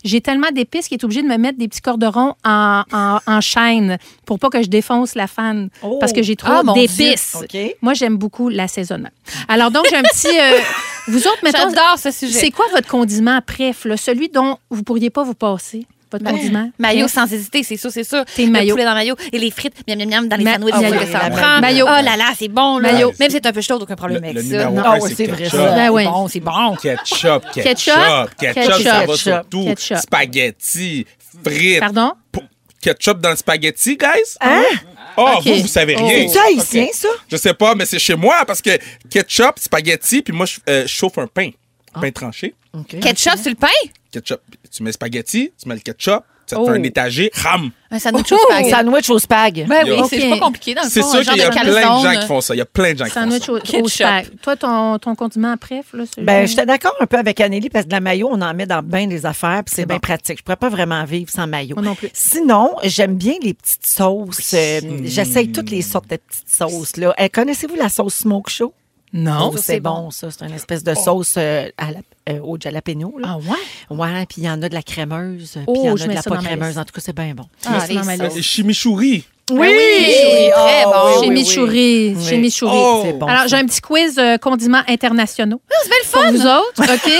Speaker 4: J'ai tellement d'épices qu'il est obligé de me mettre des petits corderons en, en- en chaîne pour pas que je défonce la fan
Speaker 1: Oh.
Speaker 4: parce que j'ai trop
Speaker 8: Ah, mon Dieu.
Speaker 4: d'épices.
Speaker 1: OK.
Speaker 4: Moi, j'aime beaucoup l'assaisonnement. Alors, donc, j'ai un petit. euh, vous autres, mettons.
Speaker 3: J'adore ce sujet.
Speaker 4: C'est quoi votre condiment préf, là, celui dont vous pourriez pas vous passer? Votre condiment?
Speaker 3: Maillot sans hésiter, c'est sûr, c'est sûr.
Speaker 4: T'es maillot.
Speaker 3: Le poulet dans maillot et les frites, miam, miam, miam, dans les
Speaker 4: Ma-
Speaker 3: sandwichs,
Speaker 4: maillot.
Speaker 3: que ça en
Speaker 4: Maillot.
Speaker 3: prend.
Speaker 4: Maillot.
Speaker 3: Oh là là, c'est bon, là.
Speaker 4: Maillot.
Speaker 3: Même si c'est un peu chaud, aucun problème
Speaker 2: Le-
Speaker 3: avec
Speaker 2: le
Speaker 3: ça.
Speaker 2: numéro
Speaker 3: Non.
Speaker 2: un, c'est ketchup.
Speaker 3: Ben
Speaker 4: oui.
Speaker 3: C'est bon, c'est bon.
Speaker 2: Ketchup, ketchup,
Speaker 4: Ketchup,
Speaker 2: ketchup, ça va
Speaker 4: ketchup,
Speaker 2: sur tout.
Speaker 4: ketchup.
Speaker 2: Spaghetti, frites.
Speaker 4: Pardon?
Speaker 2: Pou- Ketchup dans le spaghetti, guys?
Speaker 1: Hein?
Speaker 2: Oh,
Speaker 4: Ok.
Speaker 2: vous, vous savez rien.
Speaker 1: C'est-tu haïtien, ça?
Speaker 2: Je sais pas, mais c'est chez moi parce que ketchup, spaghetti, puis moi, je euh, je chauffe un pain. Pain tranché.
Speaker 4: hein.
Speaker 3: Ketchup sur le pain?
Speaker 2: Ketchup. Tu mets spaghetti, tu mets le ketchup, ça te fait un étagé, ram!
Speaker 3: Un sandwich au
Speaker 1: Oh,
Speaker 3: spaghetti.
Speaker 1: sandwich au spag.
Speaker 3: Ben oui,
Speaker 2: Yo.
Speaker 3: c'est
Speaker 4: Ok.
Speaker 3: pas compliqué dans le
Speaker 2: C'est
Speaker 3: fond, un
Speaker 2: sûr
Speaker 3: genre
Speaker 2: qu'il
Speaker 3: de
Speaker 2: y a plein de
Speaker 3: calzone.
Speaker 2: gens qui font ça. Il y a plein de gens qui font
Speaker 4: Sandwich
Speaker 2: ça.
Speaker 4: au, au
Speaker 3: Ketchup.
Speaker 4: spag. Toi, ton, ton condiment, bref, là, celui-là?
Speaker 1: Ben, j'étais d'accord un peu avec Anélie parce que de la maillot, on en met dans bien des affaires, puis c'est bien pratique. Je pourrais pas vraiment vivre sans maillot.
Speaker 4: Moi non plus.
Speaker 1: Sinon, j'aime bien les petites sauces. Euh, J'essaye toutes les sortes de petites sauces. Là. Euh, Connaissez-vous la sauce smoke show?
Speaker 4: Non.
Speaker 1: Oh, c'est bon, ça. C'est une espèce de sauce euh, à la, euh, au jalapeno. Là.
Speaker 4: Oh. Ah ouais?
Speaker 1: Ouais, puis il y en a de la crémeuse, puis il
Speaker 4: Oh,
Speaker 1: y en
Speaker 4: je
Speaker 1: a de
Speaker 4: mets
Speaker 1: la
Speaker 4: ça
Speaker 1: pas
Speaker 4: dans ma
Speaker 1: crémeuse.
Speaker 4: liste.
Speaker 1: En tout cas, c'est bien bon.
Speaker 4: Ah, c'est dans ma
Speaker 2: Euh,
Speaker 4: liste.
Speaker 2: Chimichurri.
Speaker 1: Oui!
Speaker 3: chimichurri, très
Speaker 1: Ah,
Speaker 3: bon.
Speaker 1: oui, oui, oui.
Speaker 4: Chimichurri,
Speaker 1: Oui.
Speaker 4: chimichurri.
Speaker 2: Oh!
Speaker 1: C'est bon,
Speaker 4: Alors,
Speaker 1: ça.
Speaker 4: j'ai un petit quiz euh, condiments internationaux.
Speaker 3: Ça fait le
Speaker 4: Pour
Speaker 3: fun.
Speaker 4: vous autres, OK?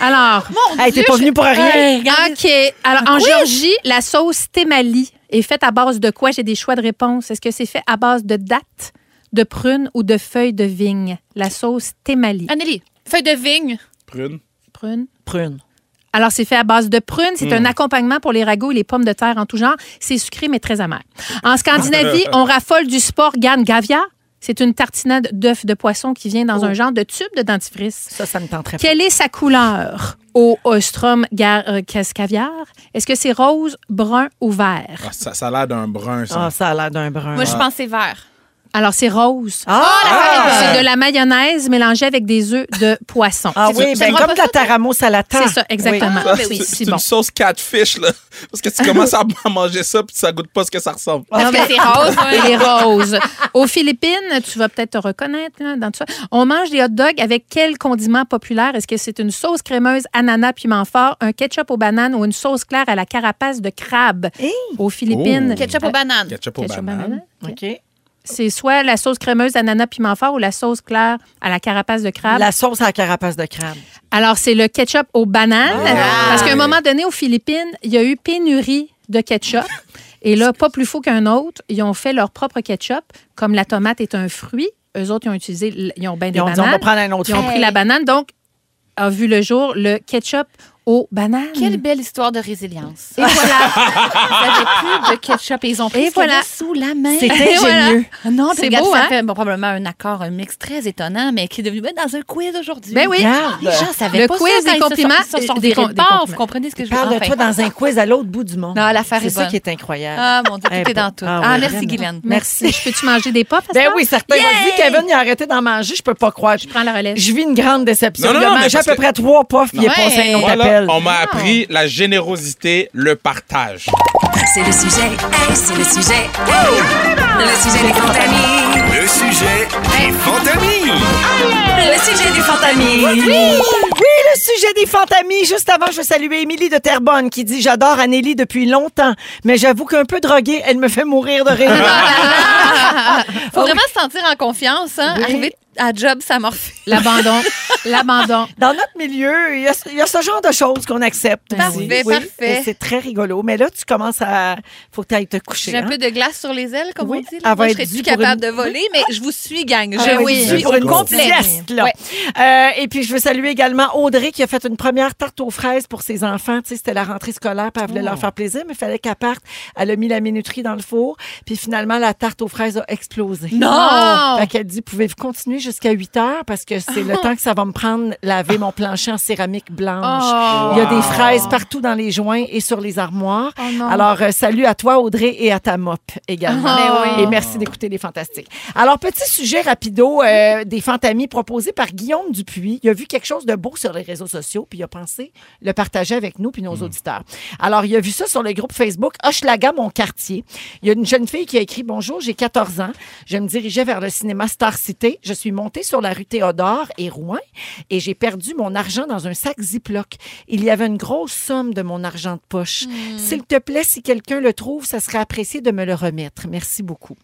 Speaker 4: Alors,
Speaker 1: Hey, t'es pas venu pour rien?
Speaker 4: OK. Alors, en Géorgie, la sauce temali est faite à base de quoi? J'ai des choix de réponse. Est-ce que c'est fait à base de dattes, de prunes ou de feuilles de vigne? La sauce temali.
Speaker 3: Anneli, feuille de vigne.
Speaker 2: Prune.
Speaker 4: Prunes.
Speaker 1: Prune.
Speaker 4: Alors, c'est fait à base de prunes. C'est
Speaker 1: Hmm.
Speaker 4: un accompagnement pour les ragots et les pommes de terre en tout genre. C'est sucré, mais très amer. En Scandinavie, on raffole du sport Gan Gavia. C'est une tartinade d'œufs de poisson qui vient
Speaker 1: Oh.
Speaker 4: dans un genre de tube de dentifrice.
Speaker 1: Ça, ça me tenterait pas.
Speaker 4: Quelle est sa couleur au Ostrom Cascaviar? Est-ce que c'est rose, brun ou vert?
Speaker 2: Ah, ça, ça a l'air d'un brun, ça.
Speaker 1: Ah, ça a l'air d'un brun.
Speaker 3: Moi, je
Speaker 2: Ah.
Speaker 3: pense que c'est vert.
Speaker 4: Alors, c'est rose.
Speaker 1: Ah,
Speaker 4: C'est de la mayonnaise mélangée avec des œufs de poisson.
Speaker 1: Ah oui, Ah
Speaker 3: ça
Speaker 1: ben
Speaker 3: me
Speaker 1: comme
Speaker 3: rappelle
Speaker 1: la taramo salata.
Speaker 4: C'est ça, exactement.
Speaker 2: Ça,
Speaker 3: mais
Speaker 2: c'est
Speaker 3: Ah, ben oui,
Speaker 2: c'est
Speaker 4: bon.
Speaker 2: une sauce catfish, là. Parce que tu commences à à manger ça, puis ça goûte pas ce que ça ressemble.
Speaker 3: Parce que c'est rose. ouais.
Speaker 4: Et les roses. Aux Philippines, tu vas peut-être te reconnaître là, dans tout ça. On mange des hot dogs avec quel condiment populaire? Est-ce que c'est une sauce crémeuse, ananas, piment fort, un ketchup aux bananes ou une sauce claire à la carapace de crabe? Aux Philippines.
Speaker 2: Oh.
Speaker 3: Ketchup aux bananes.
Speaker 2: Ketchup au
Speaker 4: Ketchup
Speaker 2: banane.
Speaker 4: banane.
Speaker 1: OK.
Speaker 4: C'est soit la sauce crémeuse, ananas, piment fort ou la sauce claire à la carapace de crabe.
Speaker 1: La sauce à la carapace de crabe.
Speaker 4: Alors, c'est le ketchup aux bananes.
Speaker 1: Ah.
Speaker 4: Parce qu'à un moment donné, aux Philippines, il y a eu pénurie de ketchup. Et là, pas plus fou qu'un autre, ils ont fait leur propre ketchup. Comme la tomate est un fruit, eux autres, ils ont utilisé, l- ils ont bien des
Speaker 1: Ils ont dit, on va
Speaker 4: bananes.
Speaker 1: prendre un autre.
Speaker 4: Ils ont pris la banane. Donc, a vu le jour le ketchup aux bananes.
Speaker 3: Quelle belle histoire de résilience.
Speaker 4: Et voilà.
Speaker 3: Ils plus de ketchup et ils ont pris
Speaker 4: Et
Speaker 3: ce qu'il y
Speaker 4: voilà.
Speaker 3: avait sous la main.
Speaker 1: C'est
Speaker 4: Et voilà.
Speaker 1: ingénieux.
Speaker 3: Ah Non, puis
Speaker 4: C'est
Speaker 3: regarde,
Speaker 4: beau,
Speaker 3: ça
Speaker 4: hein?
Speaker 3: fait bon, probablement un accord, un mix très étonnant, mais qui est devenu ben, dans un quiz aujourd'hui.
Speaker 4: Ben oui.
Speaker 1: Regarde.
Speaker 2: Ah.
Speaker 3: Les gens savaient
Speaker 4: Le
Speaker 3: pas
Speaker 4: quiz
Speaker 3: ça quand
Speaker 4: des
Speaker 3: ils se sont-
Speaker 4: compliments,
Speaker 3: ils se sont
Speaker 4: euh,
Speaker 3: virés
Speaker 4: des com-
Speaker 3: de
Speaker 4: des
Speaker 3: bord,
Speaker 4: compliments.
Speaker 3: vous comprenez ce que je veux dire?
Speaker 1: Parle-toi dans un quiz à l'autre bout du monde.
Speaker 3: Ah, ben, Non, l'affaire est
Speaker 1: C'est ça
Speaker 3: bonne.
Speaker 1: qui est incroyable.
Speaker 3: Ah, mon Dieu,
Speaker 1: Eh,
Speaker 3: tout est
Speaker 1: bon.
Speaker 3: dans tout.
Speaker 1: Ah,
Speaker 3: Ah,
Speaker 1: ouais,
Speaker 3: merci,
Speaker 1: vraiment.
Speaker 3: Guylaine.
Speaker 4: Merci. Je peux-tu manger des pâtes? à
Speaker 1: Ben
Speaker 4: soir?
Speaker 1: oui, certains vont dire Kevin, il a arrêté d'en manger, je peux pas croire. Je,
Speaker 4: Je prends la relève.
Speaker 1: je vis une grande déception.
Speaker 2: Non, non,
Speaker 1: il a
Speaker 2: non, mais
Speaker 1: mangé à
Speaker 2: parce
Speaker 1: peu
Speaker 2: que-
Speaker 1: près trois puffs, puis il a
Speaker 3: Ouais.
Speaker 1: passé un autre
Speaker 2: Moi, là,
Speaker 1: appel.
Speaker 2: on
Speaker 3: Ah.
Speaker 2: m'a appris la générosité, le partage.
Speaker 14: C'est le sujet. Hey, c'est le sujet. Hey! Le sujet des fantamis.
Speaker 12: Le sujet des fantamis.
Speaker 14: Le sujet des fantamis.
Speaker 1: Oui, le sujet des fantamis. Juste avant, je veux saluer Émilie de Terrebonne qui dit J'adore Anélie depuis longtemps, mais j'avoue qu'un peu droguée, elle me fait mourir de rire.
Speaker 3: Faut vraiment se sentir en confiance, hein?
Speaker 1: Oui.
Speaker 3: Arriver à job, ça morphée.
Speaker 4: L'abandon. L'abandon.
Speaker 1: Dans notre milieu, il y, a ce- il y a ce genre de choses qu'on accepte.
Speaker 3: Ben
Speaker 1: aussi.
Speaker 3: oui. Parfait.
Speaker 1: Et C'est très rigolo. Mais là, tu commences à. Faut que tu ailles te coucher.
Speaker 3: J'ai un
Speaker 1: hein.
Speaker 3: peu de glace sur les ailes, comme
Speaker 1: Oui,
Speaker 3: on dit.
Speaker 1: elle
Speaker 3: Là. Moi,
Speaker 1: va
Speaker 3: je
Speaker 1: être
Speaker 3: serais
Speaker 1: due
Speaker 3: plus
Speaker 1: pour
Speaker 3: capable
Speaker 1: une-
Speaker 3: de voler, mais je vous suis, gang. Je
Speaker 1: Ah
Speaker 3: vous
Speaker 1: oui,
Speaker 3: suis
Speaker 1: pour
Speaker 3: au
Speaker 1: une
Speaker 3: complet.
Speaker 1: sieste, là.
Speaker 3: Ouais.
Speaker 1: Euh, et puis, je veux saluer également Audrey qui a fait une première tarte aux fraises pour ses enfants. Tu sais, c'était la rentrée scolaire, puis elle voulait leur faire plaisir, mais il fallait qu'elle parte. Elle a mis la minuterie dans le four, puis finalement, la tarte aux fraises a explosé.
Speaker 3: Non!
Speaker 1: Fait qu'elle dit, pouvez-vous continuer jusqu'à 8 heures parce que c'est le temps que ça va me prendre laver mon plancher en céramique blanche. Il y a des fraises partout dans les joints et sur les armoires. Alors, euh, salut à toi, Audrey, et à ta mop également. Et merci d'écouter les Fantastiques. Alors, petit sujet rapido euh, des fantamis proposé par Guillaume Dupuis. Il a vu quelque chose de beau sur les réseaux sociaux, puis il a pensé le partager avec nous puis nos auditeurs. Alors, il a vu ça sur le groupe Facebook Hochelaga, mon quartier. Il y a une jeune fille qui a écrit « Bonjour, j'ai 14 ans. Je me dirigeais vers le cinéma Star City. Je suis montée sur la rue Théodore et Rouen et j'ai perdu mon argent dans un sac Ziploc. Il y avait une grosse somme de mon argent de poche.
Speaker 3: Hmm.
Speaker 1: S'il te plaît, si quelqu'un le trouve, ça serait apprécié de me le remettre. Merci beaucoup.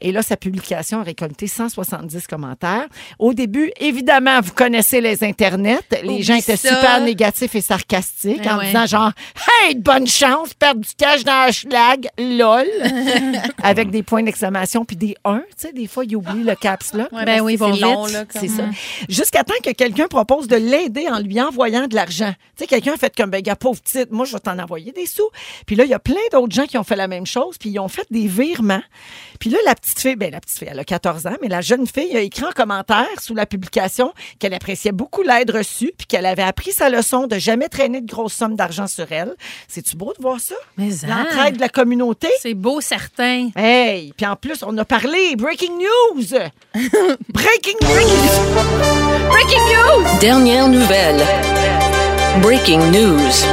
Speaker 1: Et là, sa publication a récolté 170 commentaires. Au début, évidemment, vous connaissez les internets. Les
Speaker 3: Oublie
Speaker 1: gens étaient
Speaker 3: ça.
Speaker 1: super négatifs et sarcastiques
Speaker 3: Ben
Speaker 1: en
Speaker 3: ouais.
Speaker 1: disant genre Hey, bonne chance, perdre du cash dans la schlag, lol. Avec des points d'exclamation puis des 1. Tu sais, des fois, ils oublient le caps là.
Speaker 4: Ouais, Ben parce oui, que ils vont c'est long, vite. là, comme-
Speaker 1: C'est ça.
Speaker 4: Mm.
Speaker 1: Jusqu'à temps que quelqu'un propose de l'aider en lui envoyant de l'argent. Tu sais, quelqu'un a fait comme, ben, gars, pauvre petite, moi, je vais t'en envoyer des sous. Puis là, il y a plein d'autres gens qui ont fait la même chose, puis ils ont fait des virements. Puis là, la petite fille, ben, la petite fille, elle a 14 ans, mais la jeune fille a écrit en commentaire sous la publication qu'elle appréciait beaucoup l'aide reçue, puis qu'elle avait appris sa leçon de jamais traîner de grosses sommes d'argent sur elle. C'est-tu beau de voir ça?
Speaker 4: Mais hein?
Speaker 1: L'entraide de la communauté.
Speaker 4: C'est beau, certain.
Speaker 1: Hey, puis en plus, on a parlé breaking news. breaking news.
Speaker 14: Breaking news! Dernière nouvelle. Breaking news.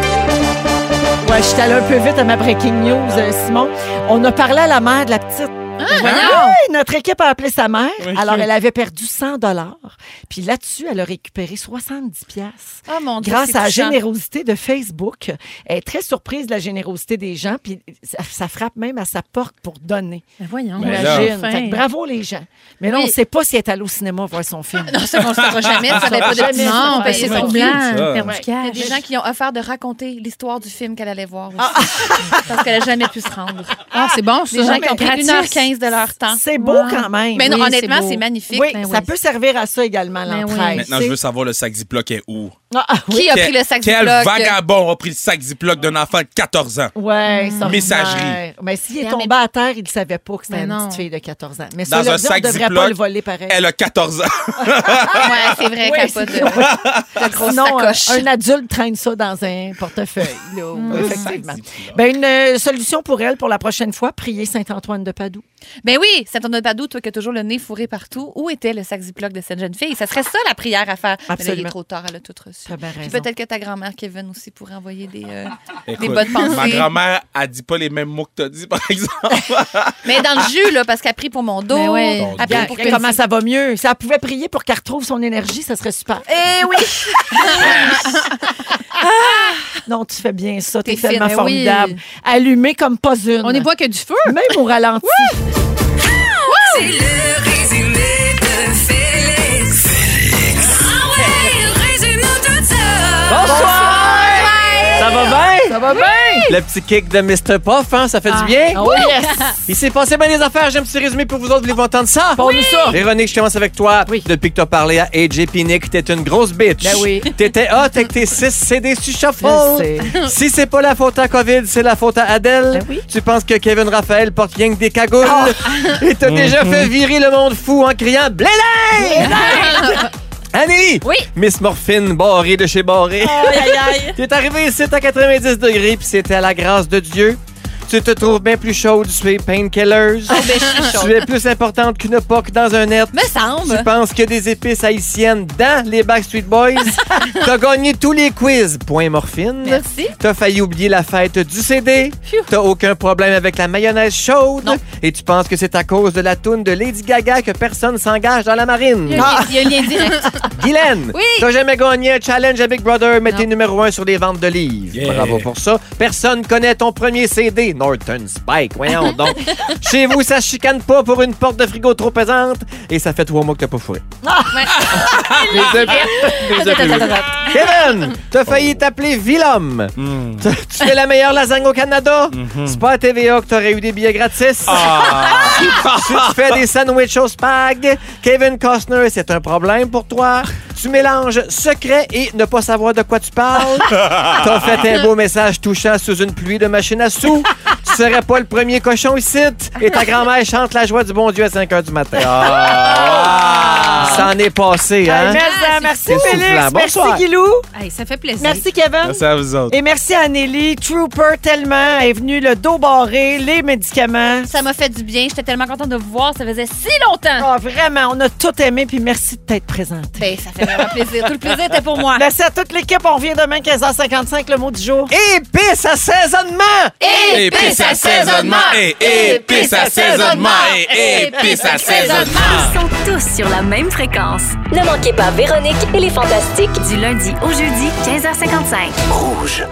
Speaker 1: Ouais, je suis allée un peu vite à ma breaking news, euh, Simon. On a parlé à la mère de la petite.
Speaker 3: Ah, voyons!
Speaker 1: Ouais, notre équipe a appelé sa mère.
Speaker 3: Oui.
Speaker 1: Alors, elle avait perdu 100 dollars. Puis là-dessus, elle a récupéré 70 pièces.
Speaker 3: Ah, mon Dieu,
Speaker 1: Grâce
Speaker 3: c'est
Speaker 1: à la
Speaker 3: touchant.
Speaker 1: générosité de Facebook, elle est très surprise de la générosité des gens. Puis ça, ça frappe même à sa porte pour donner.
Speaker 4: voyons.
Speaker 3: Ben
Speaker 1: Imagine.
Speaker 3: là.
Speaker 1: Fait que bravo les gens. Mais là, on
Speaker 3: Oui.
Speaker 1: ne sait pas si elle est allée au cinéma voir son film.
Speaker 3: Non, ça, on le saura jamais. Ça va
Speaker 1: On
Speaker 3: être pas de
Speaker 1: saura
Speaker 3: petits
Speaker 1: jamais.
Speaker 3: sous pour
Speaker 4: ben,
Speaker 1: Ouais, c'est
Speaker 3: payer son
Speaker 1: pas
Speaker 3: film.
Speaker 1: cute, ça.
Speaker 3: ben, Ouais. Il y a des gens qui lui ont offert de raconter l'histoire du film qu'elle allait voir aussi. parce qu'elle n'a jamais pu se rendre.
Speaker 4: Ah, c'est bon, ça.
Speaker 3: Les gens
Speaker 4: Mais
Speaker 3: qui ont pris
Speaker 4: gratis.
Speaker 3: 1h15 de leur temps.
Speaker 1: C'est beau quand même.
Speaker 3: Mais non,
Speaker 1: Oui,
Speaker 3: honnêtement,
Speaker 1: beau.
Speaker 3: c'est magnifique.
Speaker 1: Oui,
Speaker 3: Ben
Speaker 1: ça
Speaker 3: oui.
Speaker 1: peut servir à ça également, l'entraide.
Speaker 2: Maintenant, je veux savoir le sac Ziploc est où.
Speaker 1: Ah, ah, oui.
Speaker 2: Quel- Quel vagabond a pris le sac Ziploc d'un enfant de 14 ans?
Speaker 1: Ouais, ça
Speaker 2: Messagerie.
Speaker 1: Mais s'il
Speaker 4: Mais-
Speaker 1: est tombé à terre, il ne savait pas que c'était
Speaker 4: Mais
Speaker 1: une
Speaker 4: non.
Speaker 1: petite fille de 14 ans. Mais
Speaker 2: Dans
Speaker 1: ça,
Speaker 2: un sac
Speaker 1: on ne devrait pas
Speaker 2: Ziploc,
Speaker 1: le voler pareil.
Speaker 2: Elle a 14 ans.
Speaker 3: Ouais, c'est
Speaker 1: Oui,
Speaker 3: vrai qu'elle n'a pas
Speaker 1: c'est-
Speaker 3: de, de grosse
Speaker 1: Sinon, euh,
Speaker 3: sacoche.
Speaker 1: un adulte traîne ça dans un portefeuille, là,
Speaker 3: Mm.
Speaker 1: effectivement. Ben, une euh, solution pour elle pour la prochaine fois, prier Saint-Antoine de Padoue.
Speaker 3: Ben oui, ça t'en donne pas doute, toi qui as toujours le nez fourré partout. Où était le sac Ziploc de cette jeune fille? Ça serait ça la prière à faire. Mais là, il
Speaker 1: Absolument.
Speaker 3: est trop tard, elle a tout reçu.
Speaker 1: T'as bien
Speaker 3: Puis
Speaker 1: raison.
Speaker 3: peut-être que ta grand-mère Kevin aussi pourrait envoyer des, euh, des
Speaker 2: Écoute,
Speaker 3: bonnes
Speaker 2: Ma
Speaker 3: pensées.
Speaker 2: grand-mère, elle dit pas les mêmes mots que t'as dit, par exemple.
Speaker 3: Mais dans le jus, là, parce qu'elle prie pour mon dos.
Speaker 4: Mais ouais.
Speaker 3: elle prie
Speaker 1: Regarde,
Speaker 3: pour que-
Speaker 1: comment ça va mieux? Si elle pouvait prier pour qu'elle retrouve son énergie, ça serait super.
Speaker 3: Eh oui!
Speaker 1: Eh, Non, tu fais bien ça. T'es
Speaker 4: T'es fine,
Speaker 1: tellement
Speaker 4: ben oui.
Speaker 1: formidable. Allumée comme pas une.
Speaker 4: On n'est pas que du feu.
Speaker 1: Même au ralenti.
Speaker 14: C'est le résumé de Félix. Félix. Ah ouais, résume-nous tout ça.
Speaker 15: Ça va bien?
Speaker 1: Ça va bien?
Speaker 15: Le petit kick de Mr. Puff, hein, ça fait
Speaker 3: Ah.
Speaker 15: du bien?
Speaker 1: Oh yes!
Speaker 15: Il s'est passé bien les affaires. J'aime ce résumé pour vous autres. Voulez-vous entendre ça?
Speaker 1: Parle-nous ça.
Speaker 15: Véronique, je commence avec toi. Depuis que t'as parlé à AJ puis Nick, t'es une grosse bitch.
Speaker 1: Ben oui.
Speaker 15: T'étais hot avec tes 6 CD sur
Speaker 1: Je
Speaker 15: shuffle.
Speaker 1: sais.
Speaker 15: Si c'est pas la faute à COVID, c'est la faute à Adèle.
Speaker 1: Ben oui.
Speaker 15: Tu penses que Kevin Raphaël porte rien que des cagoules.
Speaker 1: Oh!
Speaker 15: Et t'as déjà fait virer le monde fou en criant Blédin! Anneli!
Speaker 3: Oui!
Speaker 15: Miss Morphine, barrée de chez barrée. T'es arrivé ici à 90 degrés, puis c'était à la grâce de Dieu. Tu te trouves bien plus chaude, tu es painkillers.
Speaker 1: Oh,
Speaker 3: ben, je suis chaude.
Speaker 15: tu es plus importante qu'une poque dans un net.
Speaker 3: Me
Speaker 15: Tu
Speaker 3: semble.
Speaker 15: penses qu'il y a des épices haïtiennes dans les Backstreet Boys. T'as gagné tous les quiz. Point morphine.
Speaker 3: Merci.
Speaker 15: T'as failli oublier la fête du CD. T'as aucun problème avec la mayonnaise chaude. Et tu penses que c'est à cause de la toune de Lady Gaga que personne s'engage dans la marine.
Speaker 3: Il y a un lien- il y a un lien direct.
Speaker 15: Guylaine,
Speaker 3: Oui.
Speaker 15: t'as jamais gagné un challenge à Big Brother, mais t'es numéro un sur les ventes de livres.
Speaker 2: Yeah.
Speaker 15: Bravo pour ça. Personne connaît ton premier CD, Norton Spike. Voyons donc. Chez vous, ça se chicane pas pour une porte de frigo trop pesante et ça fait trois mois que t'as pas fourré. Les deux- les deux- Kevin, t'as failli t'appeler Vilhomme. Tu tu fais la meilleure lasagne au Canada. C'est pas à TVA que t'aurais eu des billets gratis. Tu tu fais des sandwichs au spag. Kevin Costner, c'est un problème pour toi. Tu mélanges secret et ne pas savoir de quoi tu parles. T'as fait un beau message touchant sous une pluie de machines à sous. Tu serais pas le premier cochon ici. Et ta grand-mère chante la joie du bon Dieu à 5 h du matin. Ça en est passé,
Speaker 1: Hey,
Speaker 15: hein?
Speaker 1: merci, merci
Speaker 15: C'est
Speaker 1: Félix.
Speaker 15: soufflant.
Speaker 1: Merci
Speaker 15: Bonsoir.
Speaker 1: Guilou.
Speaker 4: Hey, ça fait plaisir.
Speaker 1: Merci Kevin.
Speaker 2: Merci à vous autres.
Speaker 1: Et merci à Nelly. Trooper tellement est venu le dos barré, les médicaments.
Speaker 3: Ça m'a fait du bien. J'étais tellement contente de vous voir. Ça faisait si longtemps.
Speaker 1: Ah, vraiment, on a tout aimé, puis merci de t'être présente.
Speaker 3: Ben, ça fait vraiment plaisir. Tout le plaisir était pour moi.
Speaker 1: Merci à toute l'équipe. On revient demain, 15h55, le mot du jour.
Speaker 15: Épices assaisonnement!
Speaker 2: Épices assaisonnement! eh, Épices assaisonnement! Épices assaisonnement!
Speaker 6: Ils sont tous sur la même fréquence.
Speaker 16: fréquence.
Speaker 6: Ne manquez pas Véronique et les Fantastiques
Speaker 16: du lundi au jeudi 15h55.
Speaker 17: Rouge.